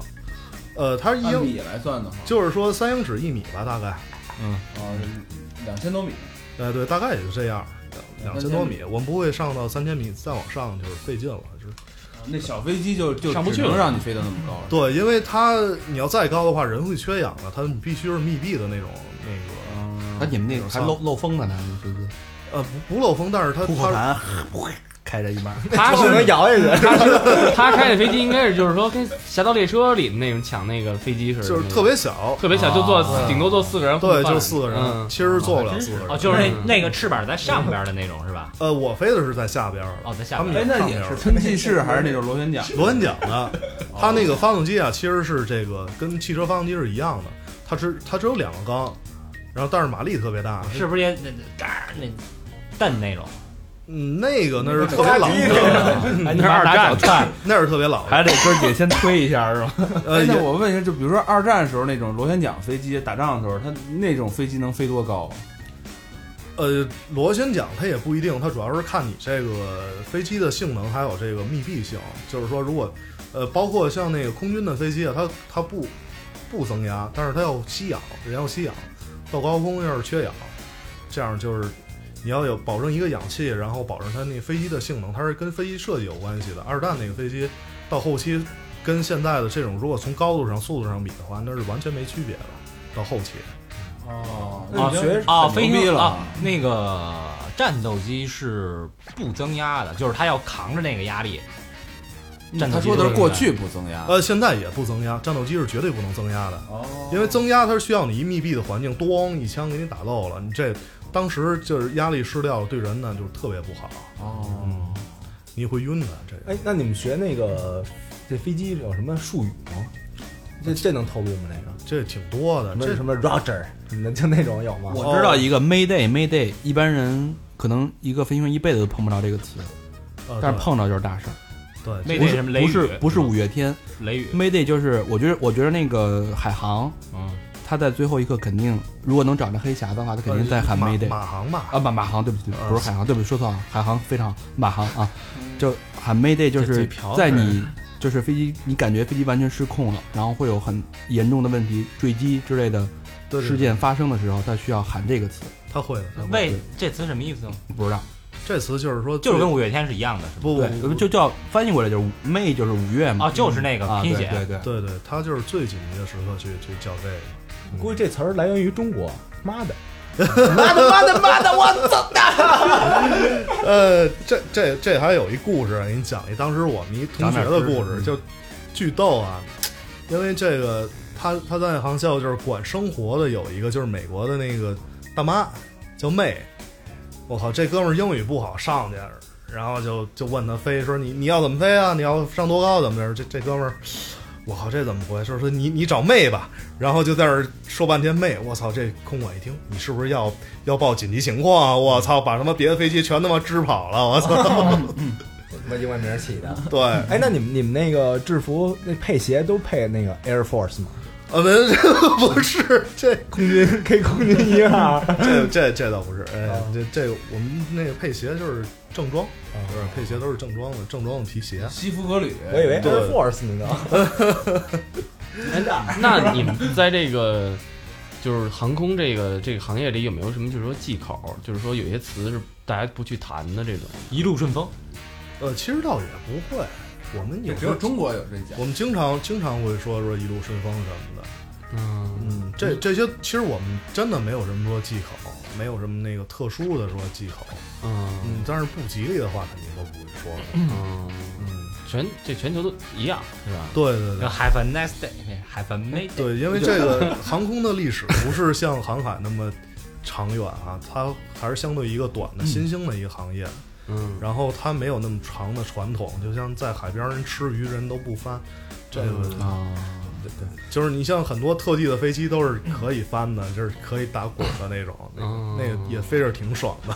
Speaker 6: 呃，它是一
Speaker 2: 按
Speaker 6: 英，
Speaker 2: 米来算的话，
Speaker 6: 就是说三英尺一米吧，大概。
Speaker 2: 啊，两千多米，
Speaker 6: 哎，对，大概也就这样，两两
Speaker 2: 三千
Speaker 6: 千多米。我们不会上到三千米，再往上就是费劲了，就是。
Speaker 2: 那小飞机就就
Speaker 9: 上不去
Speaker 2: 只能
Speaker 9: 了
Speaker 2: 让你飞到那么高。
Speaker 6: 对，因为它你要再高的话，人会缺氧啊的，它必须是密闭的那种那个，
Speaker 8: 那你们那个还漏漏风的呢，你飞机
Speaker 6: 呃，不不漏风，但是它
Speaker 8: 吐口
Speaker 6: 它
Speaker 8: 痰，不会开着一半，
Speaker 9: 他
Speaker 5: 只能
Speaker 9: 是
Speaker 5: 摇下去。
Speaker 9: 他是他开的飞机应该是就是说跟《侠盗猎车》里那种抢那个飞机似的，
Speaker 6: 就是特别小，
Speaker 9: 特别小，就坐顶多坐四个人，
Speaker 6: 对，
Speaker 9: 放
Speaker 6: 就四个人，
Speaker 9: 嗯
Speaker 6: 其实坐不了四个
Speaker 4: 哦，
Speaker 6: 人。
Speaker 4: 就是那那个翅膀在上边的那种是吧？
Speaker 6: 呃，我飞的是在下边儿的，
Speaker 4: 哦，在下
Speaker 6: 他们
Speaker 4: 边
Speaker 2: 哎，那也是喷气式还是那种螺旋桨？
Speaker 6: 螺旋桨的，它那个发动机啊，其实是这个跟汽车发动机是一样的，它只它只有两个缸，然后但是马力特别大，
Speaker 4: 是不是也那那嘎那蹬那种？
Speaker 6: 嗯，那个那是 特别老的，
Speaker 2: 哎
Speaker 8: 那
Speaker 9: 是二
Speaker 8: 拿
Speaker 9: 战
Speaker 8: 脚踹，
Speaker 6: 那是特别老的，
Speaker 8: 还得哥姐先推一下是吧？
Speaker 6: 呃，
Speaker 2: 哎那
Speaker 6: 也
Speaker 2: 我问一下，就比如说二战时候那种螺旋桨飞机打仗的时候，它那种飞机能飞多高啊？
Speaker 6: 呃，螺旋桨它也不一定，它主要是看你这个飞机的性能，还有这个密闭性。就是说，如果呃，包括像那个空军的飞机啊，它它不不增压，但是它要吸氧，人要吸氧，到高空要是缺氧，这样就是你要有保证一个氧气，然后保证它那飞机的性能，它是跟飞机设计有关系的。二战那个飞机到后期跟现在的这种，如果从高度上、速度上比的话，那是完全没区别的。到后期，
Speaker 2: 哦
Speaker 5: 那你学
Speaker 4: 啊，
Speaker 2: 很
Speaker 4: 飞
Speaker 2: 牛逼
Speaker 4: 行
Speaker 2: 了
Speaker 4: 啊，那个战斗机是不增压的，就是它要扛着那个压力。战斗
Speaker 2: 嗯他
Speaker 4: 机
Speaker 2: 说的
Speaker 4: 就是
Speaker 2: 过去不增压。
Speaker 6: 呃，现在也不增压，战斗机是绝对不能增压的。
Speaker 2: 哦
Speaker 6: 因为增压它是需要你一密闭的环境，咣一枪给你打漏了，你这当时就是压力失掉了，对人呢就是特别不好，
Speaker 2: 哦，
Speaker 6: 你会晕的。这个
Speaker 5: 哎，那你们学那个这飞机有什么术语吗？这这能透露吗？那个
Speaker 6: 这挺多的，
Speaker 5: 什么
Speaker 6: 这
Speaker 5: 什么 Roger 什么的，就那种有吗？
Speaker 2: 我知道一个 Mayday，Mayday，一般人可能一个飞行员一辈子都碰不着这个词，
Speaker 6: 呃
Speaker 2: 但是碰着就是大事儿。啊
Speaker 4: 那
Speaker 6: 对对
Speaker 2: 不
Speaker 4: 那
Speaker 2: 是
Speaker 4: 什么雷雨
Speaker 2: 不是不是五月天
Speaker 4: 雷雨，
Speaker 2: ，Mayday 就是我觉得我觉得那个海航，
Speaker 4: 嗯，
Speaker 2: 他在最后一刻肯定，如果能找着黑匣子的话，他肯定在喊
Speaker 6: 马
Speaker 2: Mayday
Speaker 6: 马航吧，
Speaker 2: 啊，马马航，对不起，
Speaker 6: 啊
Speaker 2: 不是海航，对不起，说错了，海航非常马航啊，就喊 Mayday 就
Speaker 9: 这这
Speaker 2: 是
Speaker 9: 瓢
Speaker 2: 在你就是飞机，你感觉飞机完全失控了，然后会有很严重的问题，坠机之类的
Speaker 6: 对对
Speaker 2: 事件发生的时候，他需要喊这个词，
Speaker 6: 他会
Speaker 2: 啊
Speaker 6: 的。他会
Speaker 4: 为这词什么意思呢？
Speaker 2: 不知道，
Speaker 6: 这词就是说最，
Speaker 4: 就是跟五月天是一样的，是吗？
Speaker 6: 不
Speaker 2: 对，呃
Speaker 6: 不
Speaker 2: 就叫翻译过来就是五 May 就是五月嘛，
Speaker 4: 啊，就是那个
Speaker 2: 啊，
Speaker 4: 拼
Speaker 2: 对
Speaker 4: 写，
Speaker 2: 对对，
Speaker 6: 对对，他就是最紧急的时刻去去叫这个。
Speaker 5: 估计这词儿来源于中国。妈的，妈的，妈的，妈的， 我操！
Speaker 6: 呃，这这这还有一故事，给你讲一当时我们一同学的故
Speaker 2: 讲点
Speaker 6: 事，
Speaker 2: 知识嗯
Speaker 6: 就巨逗啊！因为这个，他他在航校就是管生活的有一个就是美国的那个大妈叫妹，我靠，这哥们儿英语不好，上去然后就就问他飞，说你你要怎么飞啊？你要上多高怎么着？这这哥们儿。我靠，这怎么回事？说你你找妹吧，然后就在那儿说半天妹。我操，这空管一听，你是不是要要报紧急情况啊！我操，把他妈别的飞机全他妈支跑了！我操，
Speaker 5: 什么英文名儿起的？
Speaker 6: 对，呃，
Speaker 5: 哎，那你们你们那个制服那配鞋都配那个 Air Force 吗？
Speaker 6: 没这个呃 不是这
Speaker 5: 空军 K 空军啊一号。
Speaker 6: 这这这倒不是，哎
Speaker 5: 啊，
Speaker 6: 这这我们那个配鞋就是正装，啊就是配鞋都是正装的，正装的皮鞋。
Speaker 13: 西服革履，
Speaker 5: 我以为
Speaker 6: 对
Speaker 5: Air Force 呢都。
Speaker 9: 那你们在这个就是航空这个这个行业里有没有什么就是说忌口，就是说有些词是大家不去谈的这种？
Speaker 4: 一路顺风。
Speaker 6: 呃，其实倒也不会，我们有
Speaker 13: 也
Speaker 6: 时
Speaker 13: 只有
Speaker 6: 候
Speaker 13: 中国有这讲。
Speaker 6: 我们经常经常会说说一路顺风什么的。
Speaker 9: 嗯，
Speaker 6: 嗯，这这些其实我们真的没有什么说忌口，没有什么那个特殊的说忌口。
Speaker 9: 嗯
Speaker 6: 嗯，但是不吉利的话肯定都不会说了。
Speaker 9: 嗯，
Speaker 6: 嗯，
Speaker 9: 全这全球都一样是吧？
Speaker 6: 对对对。
Speaker 4: Have a nice day，那是 Have a nice day。
Speaker 6: 对，因为这个航空的历史不是像航海那么长远啊，它还是相对一个短的新兴的一个行业。
Speaker 9: 嗯，
Speaker 6: 然后它没有那么长的传统，就像在海边人吃鱼人都不翻，这个、
Speaker 2: 啊，
Speaker 6: 就是你像很多特技的飞机都是可以翻的，就是可以打滚的那种，那个、
Speaker 9: 哦
Speaker 6: 那个也飞着挺爽的。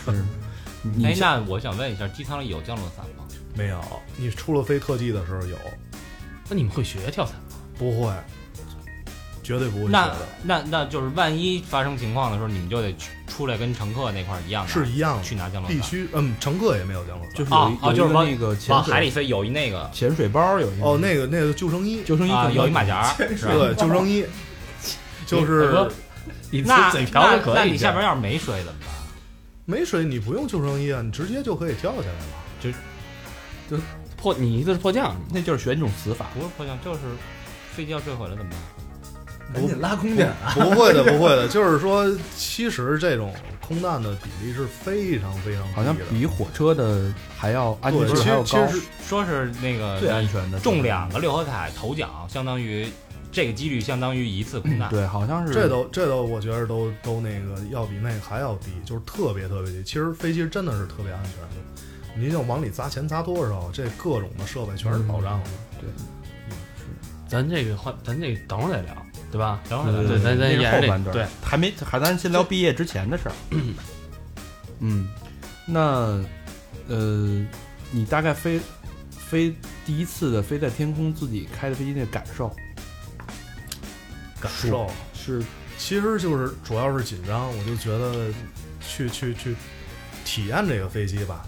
Speaker 2: 你
Speaker 4: 哎，那我想问一下，机舱里有降落伞吗？
Speaker 6: 没有，你除了飞特技的时候有，
Speaker 9: 那你们会学跳伞吗？
Speaker 6: 不会，绝对不会学
Speaker 4: 那
Speaker 6: 的，
Speaker 4: 那那就是万一发生情况的时候，你们就得去出来跟乘客那块儿一样的，
Speaker 6: 是一样
Speaker 4: 去
Speaker 6: 的，
Speaker 4: 拿降落伞，
Speaker 6: 必须。嗯，乘客也没有降落伞。
Speaker 2: 就是
Speaker 4: 啊
Speaker 2: 有一
Speaker 4: 啊
Speaker 2: 有一
Speaker 4: 就是
Speaker 2: 个
Speaker 4: 往
Speaker 2: 那个潜
Speaker 4: 往
Speaker 2: 水
Speaker 4: 海里飞有一那个
Speaker 2: 潜水包有一个
Speaker 6: 哦，那个那个救生衣，
Speaker 2: 救生衣
Speaker 4: 啊，
Speaker 2: 更
Speaker 4: 有一
Speaker 2: 高
Speaker 4: 马甲儿，是吧？
Speaker 6: 对，救生衣，就是
Speaker 9: 你
Speaker 4: 那
Speaker 9: 嘴瓢
Speaker 4: 那
Speaker 9: 就可以
Speaker 4: 那你下边要是没水怎么办？
Speaker 6: 没水，你不用救生衣啊，你直接就可以跳下来了。
Speaker 9: 迫，你意思是迫降？
Speaker 2: 那就是选一种死法。
Speaker 4: 不是迫降，就是飞机要坠毁了怎么办？
Speaker 5: 赶紧拉空点儿。
Speaker 6: 不会的，不会的，就是说，其实这种空难的比例是非常非常低的，
Speaker 2: 好像比火车的还要安全
Speaker 6: 对，
Speaker 2: 系
Speaker 6: 其
Speaker 2: 数还要
Speaker 6: 实
Speaker 2: 高
Speaker 6: 其，实
Speaker 4: 说是那个
Speaker 2: 最安全的
Speaker 4: 中两个六合彩头奖，相当于这个几率相当于一次空难。
Speaker 2: 嗯对，好像是
Speaker 6: 这都这都，我觉得都都那个要比那个还要低，就是特别特别低。其实飞机真的是特别安全的，您就往里砸钱砸多少，这各种的设备全是保障的。
Speaker 9: 咱这个话，咱这个等会儿再聊，对吧？
Speaker 4: 等会
Speaker 2: 嗯
Speaker 4: 儿再聊
Speaker 9: 对，咱咱
Speaker 2: 呃那是
Speaker 9: 沿着
Speaker 2: 后
Speaker 9: 这
Speaker 2: 半段，
Speaker 9: 对，，
Speaker 2: 还没还咱先聊毕业之前的事儿。嗯，那呃，你大概飞飞第一次的飞在天空自己开的飞机那感受
Speaker 6: 感受
Speaker 2: 是
Speaker 6: 其实就是主要是紧张，我就觉得去去去体验这个飞机吧。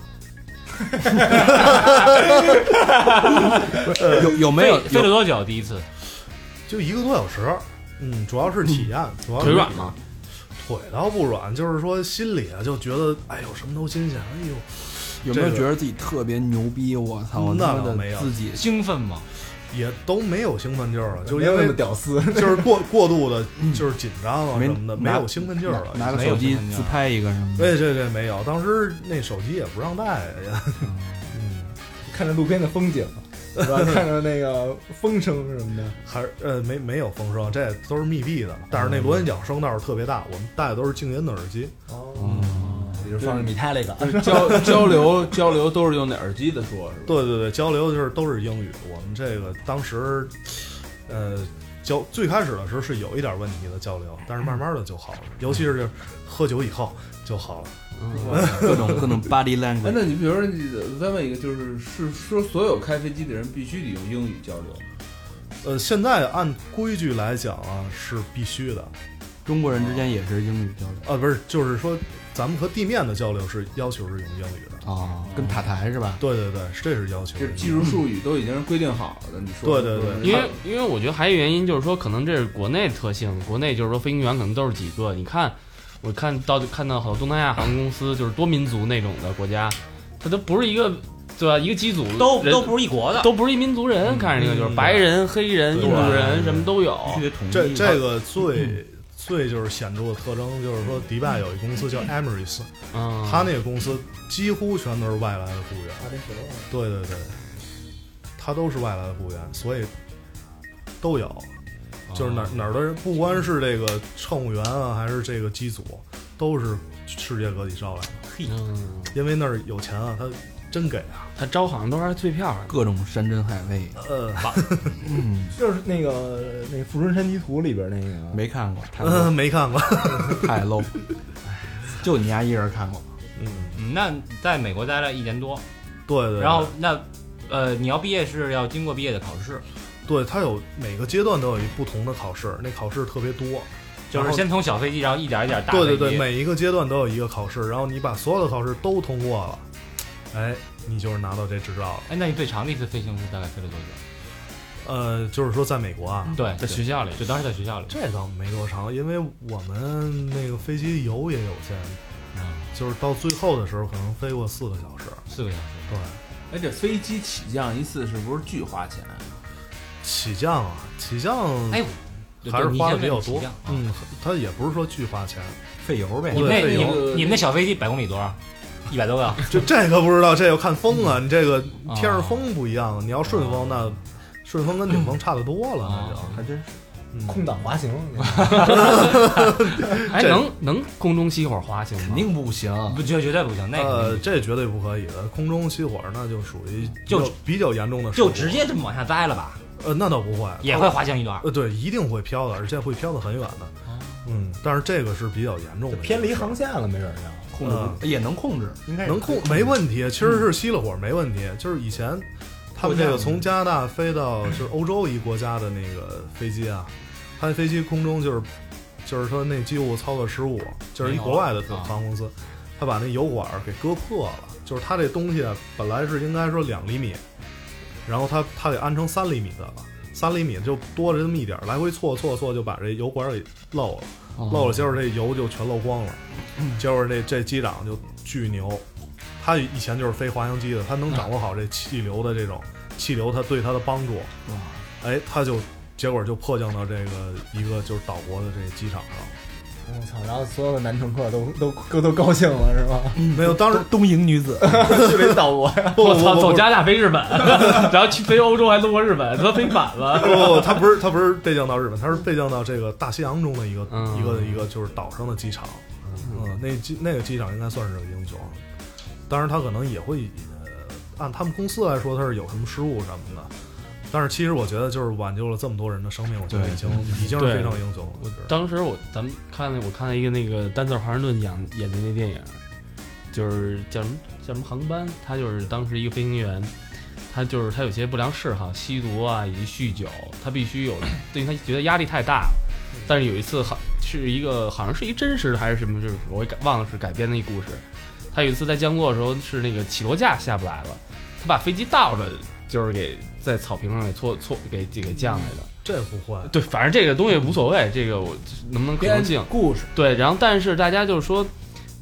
Speaker 2: 有有没有
Speaker 4: 飞飞了多久？第一次
Speaker 6: 就一个多小时。嗯，主要是体验，主要是
Speaker 9: 腿软吗？
Speaker 6: 腿倒不软，就是说心里啊就觉得，哎呦，什么都新鲜，哎呦，
Speaker 2: 有没有
Speaker 6: 这个
Speaker 2: 觉得自己特别牛逼？我操，我
Speaker 6: 那
Speaker 2: 他妈
Speaker 6: 倒
Speaker 2: 的
Speaker 6: 没有
Speaker 2: 自己
Speaker 4: 兴奋吗？
Speaker 6: 也都没有兴奋劲儿了，就
Speaker 5: 没
Speaker 6: 因
Speaker 5: 有那么嗯
Speaker 6: 为
Speaker 5: 屌丝，
Speaker 6: 就是过过度的，就是紧张啊
Speaker 2: 没
Speaker 6: 什么的，没
Speaker 2: 拿
Speaker 6: 有兴奋劲儿了。
Speaker 2: 拿个
Speaker 4: 没有
Speaker 2: 手机
Speaker 4: 兴奋劲儿
Speaker 2: 自拍一个什么的。
Speaker 6: 对对对，没有，当时那手机也不让带呀。
Speaker 5: 看着路边的风景，是吧？看着那个风声什么的。
Speaker 6: 还是呃没没有风声，这都是密闭的。但是那螺旋桨声倒是特别大，我们戴的都是静音的耳机。
Speaker 5: 哦，你就放着米泰那个，
Speaker 2: 交交流交流都是用那耳机的说，是吧？
Speaker 6: 对对对，交流就是都是英语。我们这个当时，呃，交最开始的时候是有一点问题的交流，但是慢慢的就好了，尤其是就是喝酒以后就好了。
Speaker 9: 嗯
Speaker 8: 各种各种 body
Speaker 2: 哎，
Speaker 8: language，
Speaker 2: 那你比如说，你再问一个，就是是说所有开飞机的人必须得用英语交流，
Speaker 6: 呃，现在按规矩来讲啊是必须的，
Speaker 8: 中国人之间也是英语交流
Speaker 6: 啊，不是，就是说咱们和地面的交流是要求是用英语的。
Speaker 8: 啊，跟塔台是吧？
Speaker 6: 对对对，是这是要求的。
Speaker 2: 这技术术语都已经是规定好了的。你说
Speaker 6: 对对对
Speaker 2: 嗯
Speaker 9: 因为因为我觉得还有一个原因就是说，可能这是国内的特性，国内就是说飞行员可能都是几个。你看，我看到看到好多东南亚航空公司就是多民族那种的国家，它都不是一个对吧？一个机组
Speaker 4: 都
Speaker 9: 人
Speaker 4: 都不是一国的，
Speaker 9: 都不是一民族人，看着那个就是白人、黑人、印度人什么都有。
Speaker 4: 必须得统一。
Speaker 6: 这这个最最就是显著的特征就是说，迪拜有一公司叫 Emirates，
Speaker 9: 嗯，
Speaker 6: 他那个公司几乎全都是外来的雇员。对对对，他都是外来的雇员，所以都有，
Speaker 4: 哦
Speaker 6: 就是哪儿哪儿的人，不光是这个乘务员啊，还是这个机组，都是世界各地招来的，
Speaker 9: 嗯，
Speaker 6: 因为那儿有钱啊，他真给啊。
Speaker 9: 他招好像都是退票的。
Speaker 8: 各种山珍海味，
Speaker 6: 呃，
Speaker 5: 就是那个那《富春山居图》里边那个，
Speaker 8: 没看过，太 low
Speaker 6: 嗯 没看过，
Speaker 8: 太 low，就你丫一人看过。
Speaker 4: 嗯那在美国待了一年多，
Speaker 6: 对对对，
Speaker 4: 然后那呃，你要毕业是要经过毕业的考试，
Speaker 6: 对他有每个阶段都有一不同的考试，那考试特别多，
Speaker 4: 就是
Speaker 6: 然后
Speaker 4: 先从小飞机，然后一点一点大飞
Speaker 6: 对
Speaker 4: 机。
Speaker 6: 对对，每一个阶段都有一个考试，然后你把所有的考试都通过了，哎，你就是拿到这执照了。
Speaker 4: 哎，那你最长的一次飞行是大概飞了多久？
Speaker 6: 呃，就是说在美国啊，
Speaker 4: 对，
Speaker 9: 在学校里，
Speaker 4: 就当时在学校里。
Speaker 6: 这倒没多长，因为我们那个飞机油也有限，
Speaker 4: 嗯，
Speaker 6: 就是到最后的时候可能飞过四个小时。
Speaker 4: 四个小时。
Speaker 6: 对，
Speaker 2: 哎，这飞机起降一次是不是巨花钱？啊
Speaker 6: 起降啊，起降，
Speaker 4: 哎，
Speaker 6: 还是
Speaker 4: 对
Speaker 6: 花的比较
Speaker 4: 你先问
Speaker 6: 多
Speaker 4: 起降。
Speaker 6: 嗯，它也不是说巨花钱，
Speaker 8: 费油呗
Speaker 4: 你们
Speaker 6: 对
Speaker 4: 那
Speaker 6: 对
Speaker 4: 你
Speaker 2: 有
Speaker 4: 们你们那小飞机百公里多少？一百多个。
Speaker 6: 这这个不知道，这要看风啊，你这个
Speaker 4: 啊
Speaker 6: 天上风不一样，你要顺风那。顺风跟顶风差的多了，那就
Speaker 4: 哦
Speaker 5: 还真是
Speaker 6: 嗯
Speaker 5: 空档滑行，
Speaker 9: 哎，
Speaker 6: 这
Speaker 9: 能能空中熄火滑行吗？
Speaker 8: 肯定不行。
Speaker 4: 不绝绝对不行，那
Speaker 6: 呃，
Speaker 4: 个
Speaker 6: 这绝对不可以的。空中熄火那就属于比
Speaker 4: 就
Speaker 6: 较比较严重的事故，
Speaker 4: 就直接这么往下栽了吧，
Speaker 6: 呃，那倒不会，
Speaker 4: 也会滑翔一段。
Speaker 6: 呃，对，一定会飘的，而且会飘得很远的。嗯，但是这个是比较严重的，
Speaker 5: 偏离航线了，没准儿就
Speaker 8: 控制不也能控制，应该
Speaker 6: 能控没问题。其实是熄了火没问
Speaker 4: 嗯
Speaker 6: 题，就是以前他们这个从加拿大飞到就是欧洲一国家的那个飞机啊，他那飞机空中就是就是说那机务操作失误，就是一国外的航空公司，他把那油管给割破了，就是他这东西啊本来是应该说两厘米，然后他他给安成三厘米的了。三厘米就多了这么一点儿，来回错错错就把这油管给漏了，
Speaker 5: 哦
Speaker 9: 哦
Speaker 6: 漏了，结果这油就全漏光了，
Speaker 5: 嗯
Speaker 6: 结果这这机长就巨牛，他以前就是飞滑翔机的，他能掌握好这气流的这种气流，他对他的帮助，哎，他就结果就迫降到这个一个就是岛国的这个机场上，
Speaker 5: 我操！然后所有的男乘客都都都都高兴了是吧？
Speaker 6: 没有，当时
Speaker 8: 东瀛女子
Speaker 5: 去了一岛国呀，
Speaker 6: 不
Speaker 9: 我
Speaker 6: 不
Speaker 9: 操，
Speaker 6: 不
Speaker 9: 走
Speaker 6: 不
Speaker 9: 加拿大飞日本，然后去飞欧洲还路过日本，他飞反了。
Speaker 6: 不不，哦他不是他不是被降到日本，他是被降到这个大西洋中的一个、
Speaker 9: 嗯
Speaker 6: 一个一个就是岛上的机场，嗯，那机那个机场应该算是个英雄，当然他可能也会呃，按他们公司来说他是有什么失误什么的，但是其实我觉得就是挽救了这么多人的生命，我觉得已经已经是非常英雄了。我觉得
Speaker 9: 当时我咱们看了，我看了一个那个丹泽尔华盛顿演演的那电影，就是叫什么叫什么航班，他就是当时一个飞行员，他就是他有些不良嗜好，吸毒啊以及酗酒，他必须有，对他觉得压力太大。
Speaker 6: 嗯
Speaker 9: 但是有一次好是一个好像是一真实的还是什么，就是我也改忘了是改编的一故事。他有一次在降落的时候是那个起落架下不来了，他把飞机倒着就是给在草坪上给搓搓给给降来的。
Speaker 6: 这不会，
Speaker 9: 对，反正这个东西无所谓，这个我能不能可能性
Speaker 2: 故事
Speaker 9: 对，然后但是大家就是说，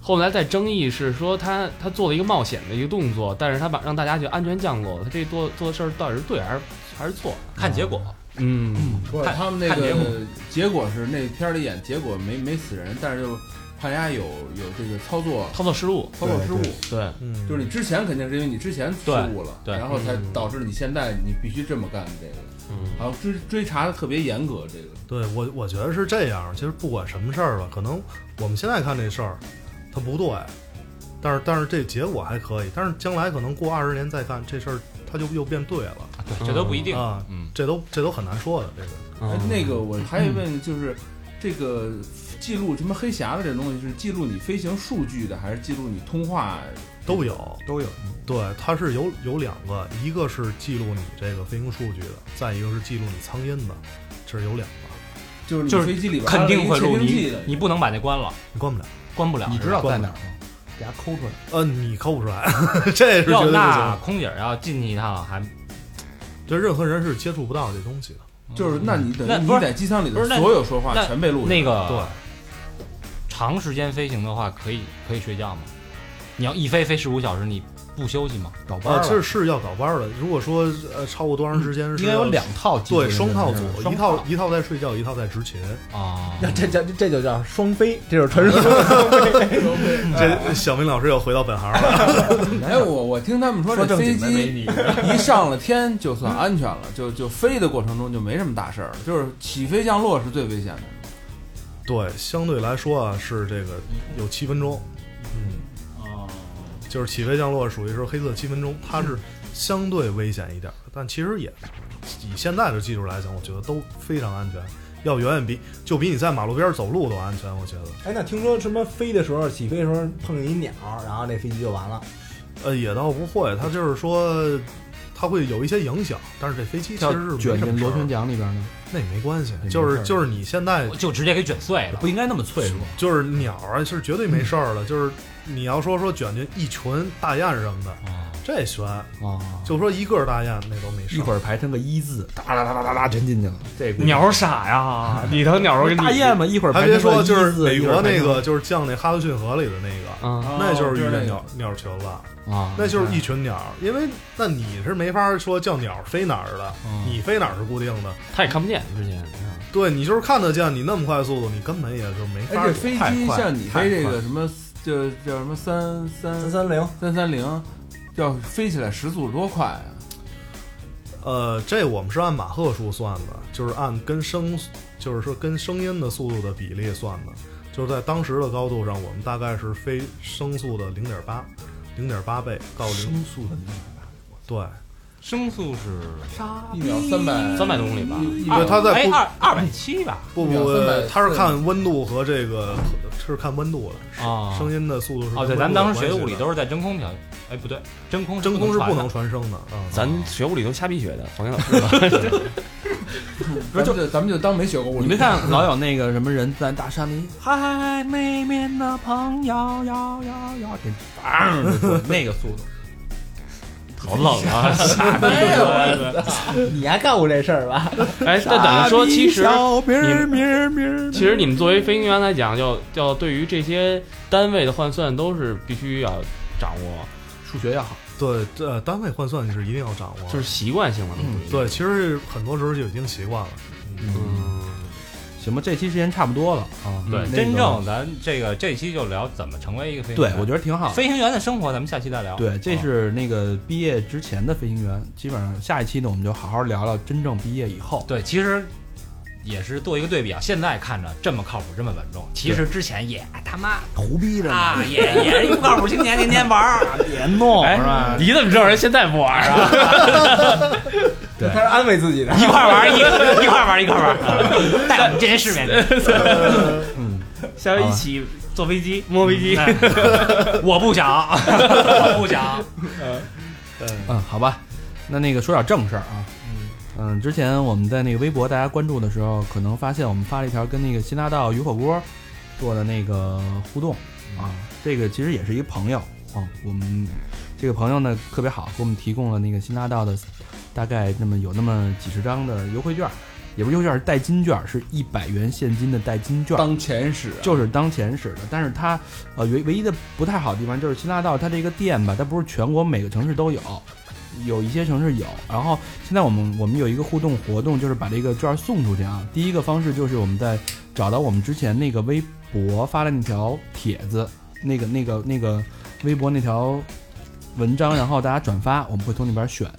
Speaker 9: 后来在争议是说他他做了一个冒险的一个动作，但是他把让大家就安全降落，他这做做的事儿到底是对还是还是错？
Speaker 4: 看结果，啊
Speaker 9: 嗯，
Speaker 2: 不是
Speaker 4: 看
Speaker 2: 他们那
Speaker 4: 看结果
Speaker 2: 个结果是那片儿里演，结果没没死人，但是就判压有有这个操作
Speaker 9: 操作失误，
Speaker 2: 操作失误，
Speaker 9: 对，
Speaker 6: 嗯，
Speaker 2: 就是你之前肯定是因为你之前失误了，
Speaker 9: 对对
Speaker 2: 然后才
Speaker 9: 嗯
Speaker 2: 导致你现在你必须这么干这个，
Speaker 9: 嗯，
Speaker 2: 好像追追查的特别严格这个。
Speaker 6: 对我我觉得是这样。其实不管什么事儿吧，可能我们现在看这事儿，它不对，但是但是这结果还可以，但是将来可能过二十年再看这事儿，它就又变对了，
Speaker 4: 对，这都不一定。
Speaker 6: 啊，
Speaker 4: 嗯，
Speaker 6: 这都这都很难说的这个。
Speaker 2: 哎，那个我还有
Speaker 8: 嗯
Speaker 2: 问，就是这个记录什么黑匣子这东西是记录你飞行数据的，还是记录你通话？
Speaker 8: 嗯
Speaker 6: 都有，嗯
Speaker 14: 都有。
Speaker 6: 对，它是有有两个，一个是记录你这个飞行数据的，再一个是记录你苍鹰的，这是有两个，
Speaker 2: 就是你
Speaker 4: 就是
Speaker 2: 飞机里边
Speaker 4: 肯定会录
Speaker 2: 录
Speaker 4: 你
Speaker 2: 的，，
Speaker 4: 你不能把那关了，
Speaker 6: 你关不了。
Speaker 4: 关不了。
Speaker 8: 你
Speaker 4: 是
Speaker 8: 知
Speaker 4: 吧
Speaker 8: 道在哪儿吗？给它抠出来。
Speaker 6: 呃，你抠不出来， 这是绝
Speaker 4: 要
Speaker 6: 对不
Speaker 4: 那
Speaker 6: 行。
Speaker 4: 空姐要进去一趟，还
Speaker 6: 这任何人是接触不到这东西的。
Speaker 2: 就是那你等
Speaker 4: 嗯那
Speaker 2: 于你
Speaker 4: 不是
Speaker 2: 在机舱里
Speaker 4: 不
Speaker 2: 的
Speaker 4: 是那
Speaker 2: 所有说话
Speaker 4: 那
Speaker 2: 全被录下来
Speaker 4: 嗯那
Speaker 8: 啊
Speaker 4: 个
Speaker 6: 对，
Speaker 4: 长时间飞行的话，可以可以睡觉吗？你要一飞飞十五小时，你不休息吗？
Speaker 8: 倒班
Speaker 6: 啊，
Speaker 8: 儿了嗯
Speaker 6: 这是要倒班儿的。如果说呃超过多长时间是
Speaker 8: 应该有
Speaker 6: 要
Speaker 8: 两套机
Speaker 6: 对
Speaker 8: 制
Speaker 6: 双套组，
Speaker 8: 是吧
Speaker 6: 一套一套在睡觉，一套在执 勤。
Speaker 4: 啊、
Speaker 5: 那这叫这就叫双飞，这就是传说中的双飞。
Speaker 6: 这小明老师又回到本行了。
Speaker 2: 哎，我我听他们说，这飞机 一上了天就算安全了，就就飞的过程中就没什么大事儿了，就是起飞降落是最危险的。
Speaker 6: 对，相对来说啊，是这个有七分钟，嗯，就是起飞降落属于是黑色七分钟，它是相对危险一点儿，但其实也以现在的技术来讲，我觉得都非常安全，要远远比就比你在马路边儿走路都安全，我觉得。
Speaker 5: 哎，那听说什么飞的时候，起飞的时候碰见一鸟，然后那飞机就完了。
Speaker 6: 呃，也倒不会，它就是说，它会有一些影响，但是这飞机其
Speaker 8: 要
Speaker 6: 实是
Speaker 8: 卷
Speaker 6: 没什么
Speaker 8: 进
Speaker 6: 事
Speaker 8: 螺
Speaker 6: 儿
Speaker 8: 旋
Speaker 6: 的，
Speaker 8: 桨里边呢？
Speaker 6: 那也没关系
Speaker 8: 没，
Speaker 6: 就
Speaker 8: 事
Speaker 6: 是
Speaker 8: 儿
Speaker 6: 就是你现在
Speaker 4: 就直接给卷碎了
Speaker 14: 不。应该那么脆弱。
Speaker 6: 就是鸟啊，是绝对没事
Speaker 8: 嗯
Speaker 6: 儿的，就是你要说说卷进一群大雁什么的，这悬，
Speaker 8: 啊，
Speaker 6: 就说一个大雁那都没事
Speaker 8: 一
Speaker 6: 儿。
Speaker 8: 会儿排成个一字，哒哒哒哒哒哒，全进去了。这估计
Speaker 9: 鸟 傻呀，里头鸟儿跟你
Speaker 8: 大雁嘛，一会儿
Speaker 6: 还
Speaker 8: 排
Speaker 6: 别
Speaker 8: 成
Speaker 6: 说，就
Speaker 8: 一
Speaker 6: 是
Speaker 8: 字
Speaker 6: 美
Speaker 8: 一会
Speaker 6: 国
Speaker 8: 儿排
Speaker 6: 那
Speaker 8: 成
Speaker 6: 个，就是降那哈德逊河里的那个，
Speaker 9: 啊，
Speaker 6: 那就是遇
Speaker 2: 哦
Speaker 6: 见
Speaker 2: 那
Speaker 6: 鸟鸟群了，
Speaker 8: 啊，
Speaker 6: 那就是一群鸟。因为那你是没法说叫鸟飞哪儿的，
Speaker 8: 啊
Speaker 6: 你飞哪儿是固定的。
Speaker 9: 他也看不见之 前。
Speaker 6: 对你就是看得见，你那么快速度，你根本也就没
Speaker 2: 哎，
Speaker 6: 法
Speaker 2: 这
Speaker 6: 躲。
Speaker 2: 飞
Speaker 6: 太
Speaker 2: 机
Speaker 6: 快
Speaker 2: 像你
Speaker 6: 太
Speaker 2: 飞这
Speaker 6: 快
Speaker 2: 个什么，就叫什么三
Speaker 5: 三
Speaker 2: 三
Speaker 5: 三零，
Speaker 2: 三三零，要飞起来时速多快啊！
Speaker 6: 呃，这我们是按马赫数算的，就是按跟声，就是说跟声音的速度的比例算的，就是在当时的高度上，我们大概是飞声速的零点八，零点八倍到零
Speaker 14: 声速的那种，
Speaker 6: 对，
Speaker 4: 声速是
Speaker 2: 一秒三百
Speaker 9: 300公里吧
Speaker 2: 一一
Speaker 6: 对，它在
Speaker 4: 哎
Speaker 6: 不
Speaker 4: 二二百七吧？
Speaker 6: 不
Speaker 2: 秒
Speaker 6: 不
Speaker 2: 300，
Speaker 6: 它是看温度和这个呃是看温度的，
Speaker 4: 啊
Speaker 6: 声音的速度是
Speaker 4: 哦，
Speaker 6: 跟
Speaker 4: 对，咱
Speaker 6: 温
Speaker 4: 们
Speaker 6: 度
Speaker 4: 当
Speaker 6: 有
Speaker 4: 时学
Speaker 6: 关系
Speaker 4: 物理
Speaker 6: 的
Speaker 4: 都是在真空条，哎不对，真空
Speaker 6: 真空是不
Speaker 4: 传
Speaker 6: 能
Speaker 4: 的
Speaker 6: 传声的啊。
Speaker 9: 咱学物理都瞎逼学的，黄岩老师。
Speaker 2: 不是就咱们就当没学过物理。
Speaker 8: 你没看老有那个什么人在大山里，嗨，妹妹的朋友，摇摇摇，这砰就过去那个速度，
Speaker 4: 好冷 啊！
Speaker 5: 你还干过这事 儿吧？
Speaker 9: 哎，那等于说，其实
Speaker 8: 小兵
Speaker 9: 你们
Speaker 8: 兵儿兵儿，
Speaker 9: 其实你们作为飞行员来讲，要要对于这些单位的换算都是必须要掌握，
Speaker 8: 数学要好，
Speaker 6: 对，这单位换算你是一定要掌握的，
Speaker 9: 就是习惯性的。
Speaker 6: 对，其实很多时候就已经习惯了。
Speaker 9: 嗯，
Speaker 8: 行吧，这期时间差不多了啊，
Speaker 9: 对
Speaker 8: 那个
Speaker 4: 真正咱这个这期就聊怎么成为一个飞行
Speaker 8: 对
Speaker 4: 员。
Speaker 8: 我觉得挺好。
Speaker 4: 飞行员的生活，咱们下期再聊。啊
Speaker 8: 对，这是那个毕业之前的飞行员，基本上下一期呢，我们就好好聊聊真正毕业以后。
Speaker 4: 对，其实也是做一个对比啊。现在看着这么靠谱，这么稳重，其实之前也哎他妈
Speaker 8: 胡逼着呢，
Speaker 4: 啊，也也是不靠谱青年，天天玩儿。哎
Speaker 8: 别弄是吧？
Speaker 9: 你怎么知道人现在不玩儿啊？
Speaker 5: 他是安慰自己的。
Speaker 4: 一块儿玩儿一一块儿玩儿一块儿玩儿，带我们见见世面。
Speaker 9: 下回一起坐飞机，摸飞机。
Speaker 4: 啊嗯哎我不想，我不想。
Speaker 8: 嗯，好吧，那那个说点正事儿啊。嗯，之前我们在那个微博大家关注的时候，可能发现我们发了一条跟那个新拉道鱼火锅做的那个互动啊，这个其实也是一个朋友啊，我们这个朋友呢特别好，给我们提供了那个新拉道的大概那么有那么几十张的优惠券儿，也不是优惠券儿，是代金券儿，是一百元现金的代金券儿。
Speaker 2: 当前使啊，
Speaker 8: 就是当前使的，但是它呃唯唯一的不太好的地方就是新大道它这个店吧，它不是全国每个城市都有，有一些城市有。然后现在我们我们有一个互动活动，就是把这个券送出去啊。第一个方式就是我们在找到我们之前那个微博发了那条帖子，那个那个那个微博那条文章，然后大家转发，我们会从里边选，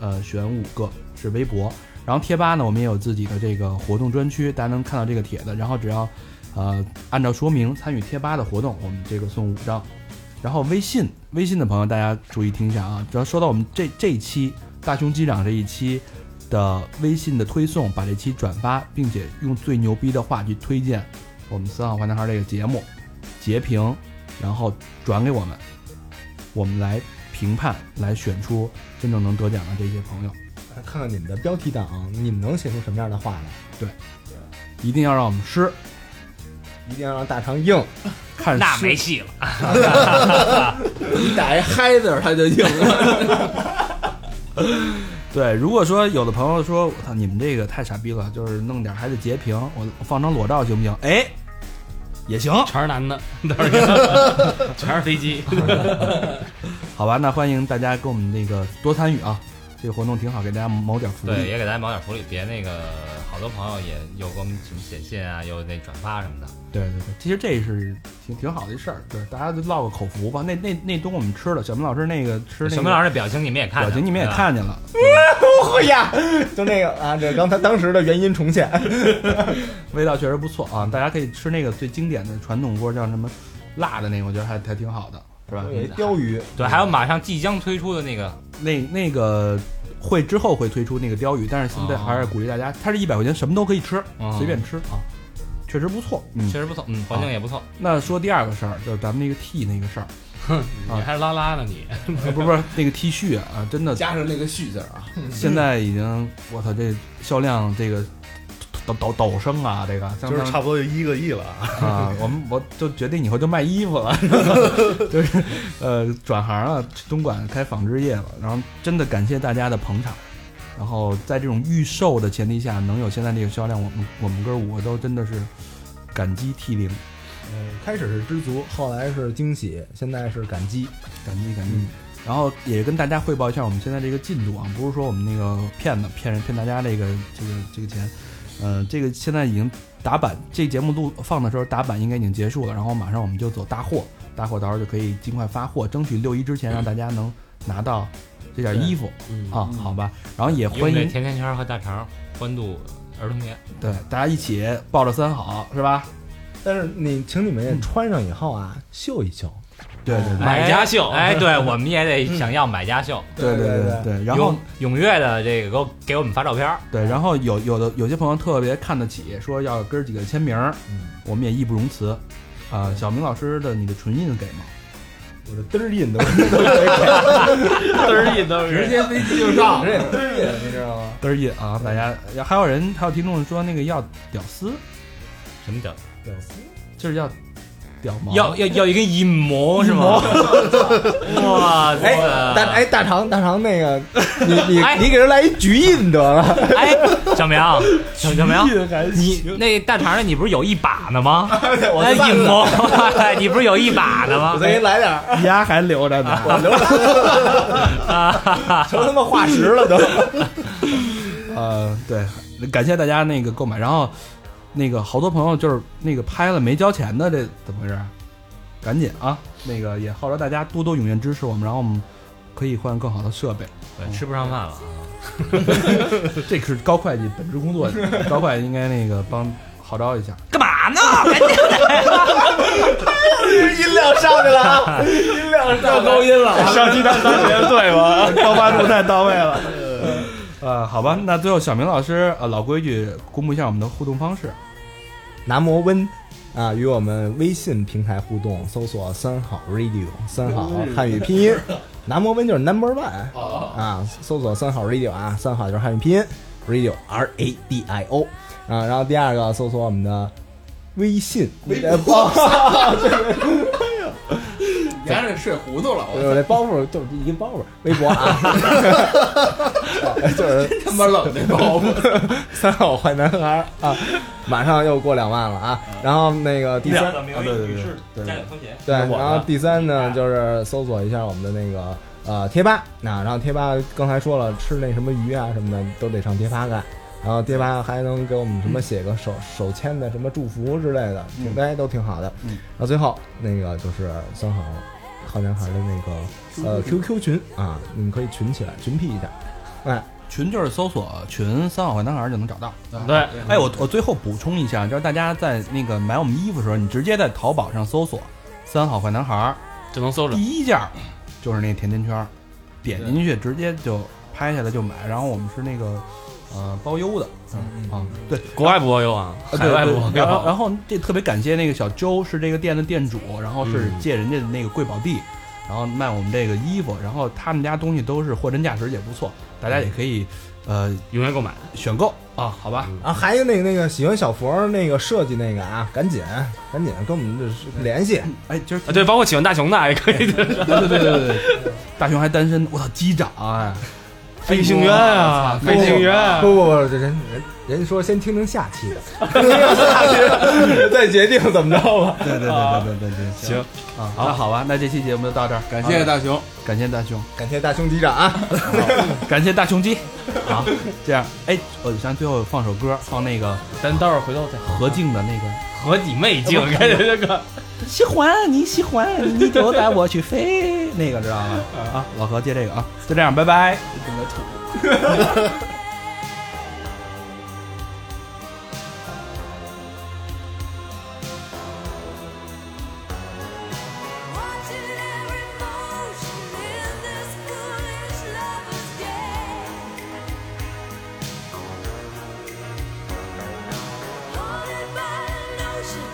Speaker 8: 呃，选五个是微博。然后贴吧呢，我们也有自己的这个活动专区，大家能看到这个帖子。然后只要，呃，按照说明参与贴吧的活动，我们这个送五张。然后微信，微信的朋友大家注意听一下啊。只要说到我们这这一期大熊机长这一期的微信的推送，把这期转发，并且用最牛逼的话去推荐我们三好坏男孩这个节目，截屏，然后转给我们，我们来评判，来选出真正能得奖的这些朋友。
Speaker 5: 看看你们的标题党，你们能写出什么样的话来？
Speaker 8: 一定要让我们湿，
Speaker 5: 一定要让大肠硬，
Speaker 8: 看
Speaker 4: 那
Speaker 8: 湿
Speaker 4: 没戏了。
Speaker 2: 你打一嗨字儿他就硬了。
Speaker 8: 对，如果说有的朋友说，我操，你们这个太傻逼了，就是弄点还得截屏，我我放张裸照行不行？哎， 也行，
Speaker 9: 全是男的，到时候全是飞机。
Speaker 8: 好吧，那欢迎大家跟我们那个多参与啊，这个活动挺好，给大家谋点福
Speaker 4: 对，
Speaker 8: 利。
Speaker 4: 也给大家谋点福利，别那个好多朋友也有给我们什么写信啊，有那转发什么的。
Speaker 8: 对对对，其实这是挺挺好的一事儿，对，大家就落个口福吧。那那那东西我们吃了，小明老师那个吃那个
Speaker 4: 小明老师的表情你们也看着，
Speaker 8: 表情你们也
Speaker 4: 对吧，
Speaker 8: 看见了，
Speaker 5: 哎呀， 就那个啊，这刚才当时的原因重现。
Speaker 8: 味道确实不错啊，大家可以吃那个最经典的传统锅，叫什么辣的那个，我觉得还还挺好的，是吧？
Speaker 5: 有一鲷鱼，
Speaker 4: 嗯对，还有马上即将推出的那个
Speaker 8: 那那个会之后会推出那个鲷鱼，但是现在
Speaker 4: 哦
Speaker 8: 还是鼓励大家，它是一百块钱，什么都可以吃，
Speaker 4: 嗯
Speaker 8: 随便吃啊，确实不错。嗯，
Speaker 4: 确实不错，嗯，环境也不错。
Speaker 8: 那说第二个事儿，就是咱们那个 T 那个事儿，
Speaker 9: 你还是拉拉呢你？
Speaker 8: 呃不是不是那个 T 恤啊，真的
Speaker 2: 加上那个续字儿啊，
Speaker 8: 现在已经，我操，这销量这个抖抖抖升啊，这个相
Speaker 6: 就是
Speaker 8: 当
Speaker 6: 差不多就一个亿了啊。
Speaker 8: 啊，我们我就决定以后就卖衣服了， 就是呃转行了，东莞开纺织业了。然后真的感谢大家的捧场，然后在这种预售的前提下，能有现在这个销量，我们我们哥五个都真的是感激涕零，
Speaker 5: 嗯，开始是知足，后来是惊喜，现在是感激。
Speaker 8: 感激感激。然后也跟大家汇报一下我们现在这个进度啊，不是说我们那个骗子骗人骗大家这个这个这个钱，呃，这个现在已经打版，这节目录放的时候打版应该已经结束了，然后马上我们就走大货，大货到时候就可以尽快发货，争取六一之前让大家能拿到这件衣服
Speaker 9: 嗯
Speaker 8: 啊，好吧？然后也
Speaker 4: 用
Speaker 8: 欢
Speaker 4: 这
Speaker 8: 迎
Speaker 4: 甜甜圈和大肠欢度儿童节，
Speaker 8: 对大家一起抱着三好是吧？
Speaker 5: 但是你，请你们也穿上以后啊，秀一秀。
Speaker 8: 对对对
Speaker 9: 买家秀
Speaker 4: 哎，对，我们也得想要买家秀。
Speaker 8: 对
Speaker 5: 对
Speaker 8: 对
Speaker 5: 对
Speaker 8: 对，然后
Speaker 4: 踊踊跃的这个给我给我们发照片儿，
Speaker 8: 对，然后有有的有些朋友特别看得起，说要哥儿几个签名儿，
Speaker 5: 嗯
Speaker 8: 我们也义不容辞。啊、小明老师的你的唇印给吗？
Speaker 5: 我的嘚儿印 都都没给，
Speaker 9: 嘚儿一嘚儿，
Speaker 2: 直接飞机就上。
Speaker 5: 这嘚儿印你知道吗？
Speaker 8: 嘚儿印啊！大家还有人还有听众说那个要屌丝，
Speaker 4: 什么叫
Speaker 5: 屌丝，
Speaker 8: 就是要屌毛，
Speaker 4: 要要要一根阴谋是吗？哇塞！
Speaker 5: 哎，大哎大肠大肠那个，你 你
Speaker 8: 哎
Speaker 5: 你给人来一橘印得了，
Speaker 4: 哎，小明，小小明，你那大肠的你不是有一把呢吗？
Speaker 5: 我
Speaker 4: 哎，
Speaker 5: 烂
Speaker 4: 影
Speaker 5: 了，
Speaker 4: 谋， 哎你不是有一把呢
Speaker 5: 我
Speaker 4: 吗？
Speaker 5: 再给你来点儿，
Speaker 8: 牙还留着呢。
Speaker 5: 我留着，成他妈化石了都。
Speaker 8: 呃，对，感谢大家那个购买。然后那个好多朋友就是那个拍了没交钱的，这怎么回事啊？赶紧啊！那个也号召大家多多踊跃支持我们，然后我们可以换更好的设备。
Speaker 4: 对吃不上饭了啊！
Speaker 8: 这是高会计本职工 作，高会计应该那个帮号召一下。
Speaker 4: 干嘛呢？
Speaker 5: 音量上去了啊，音量上高音了。
Speaker 8: 上鸡蛋三连对吗？高八度太到位了。 呃，好吧，那最后小明老师，呃，老规矩，公布一下我们的互动方式。
Speaker 5: 南摩温啊，与我们微信平台互动，搜索“三好 radio”，三好汉语拼音，南摩温就是 number one 啊，搜索“三好 radio” 啊，三好就是汉语拼音 radio r a d i o 啊，然后第二个搜索我们的微信，微包，
Speaker 2: 你还是睡糊涂了，我
Speaker 5: 我这呃包袱就是一个包袱，微博啊，就是
Speaker 2: 他妈冷的包袱。
Speaker 5: 三好坏男孩啊，马上又过两万了啊，然后那个第三。啊
Speaker 4: 名
Speaker 8: 对对对
Speaker 4: 加点拖鞋。
Speaker 5: 对，
Speaker 8: 我
Speaker 5: 然后
Speaker 8: 的
Speaker 5: 第三呢，就是搜索一下我们的那个呃贴吧，那、然后贴吧刚才说了，吃那什么鱼啊什么的都得上贴吧干，然后贴吧还能给我们什么写个手、手签的什么祝福之类的，挺哎都挺好的。
Speaker 8: 嗯
Speaker 5: 然后最后那个就是三好好男孩的那个呃 QQ 群啊，你们可以群起来，群 P 一下。哎，
Speaker 8: 群就是搜索“群三好坏男孩”就能找到。
Speaker 9: 对，
Speaker 8: 哎，我我最后补充一下，就是大家在那个买我们衣服的时候，你直接在淘宝上搜索“三好坏男孩”，
Speaker 9: 就能搜着
Speaker 8: 第。一件就是那甜甜圈儿，点进去直接就拍下来就买。然后我们是那个呃包邮的，嗯啊，对，
Speaker 9: 国外不包邮啊，
Speaker 8: 呃
Speaker 9: 海
Speaker 8: 对
Speaker 9: 外不
Speaker 8: 对
Speaker 9: 包
Speaker 8: 然后
Speaker 9: 邮。
Speaker 8: 然后这特别感谢那个小周是这个店的店主，然后是
Speaker 9: 嗯
Speaker 8: 借人家的那个贵宝地，然后卖我们这个衣服，然后他们家东西都是货真价实，也不错，大家也可以呃
Speaker 9: 踊跃购买，
Speaker 8: 选购啊，好吧，
Speaker 5: 啊，还有那个那个喜欢小佛那个设计那个啊，赶紧赶紧跟我们这是联系，
Speaker 8: 哎，今儿
Speaker 9: 啊，对，包括喜欢大熊的也可以的。
Speaker 8: 对对对对对，大熊还单身，我操，机长哎，
Speaker 9: 飞行员啊，飞行员
Speaker 4: 哦
Speaker 9: 啊，
Speaker 5: 不不不，这人人人家说先听听下期的，听听下期的再决定怎么着吧。
Speaker 8: 对对对对对对对，
Speaker 9: 行
Speaker 8: 啊，那 好吧，那这期节目就到这儿，感
Speaker 2: 谢谢大熊，
Speaker 8: 感谢大熊，
Speaker 5: 感谢大兄机长啊，
Speaker 8: 感谢大雄鸡，好，这样，哎，我想最后放首歌，放那个
Speaker 9: 咱待会儿回头再合
Speaker 8: 何静的那个。
Speaker 9: 合你妹镜，看见这个
Speaker 8: 喜欢你喜欢你就带我去飞，那个知道吗？ 啊，老何接这个啊，就这样，拜拜。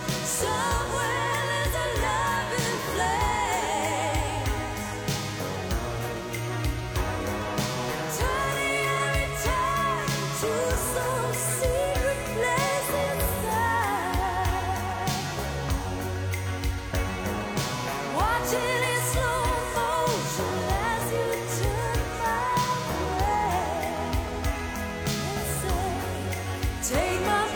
Speaker 14: Somewhere there's a love in flame. Turning every time to some secret place inside. Watching in slow motion as you turn my way and say, "Take my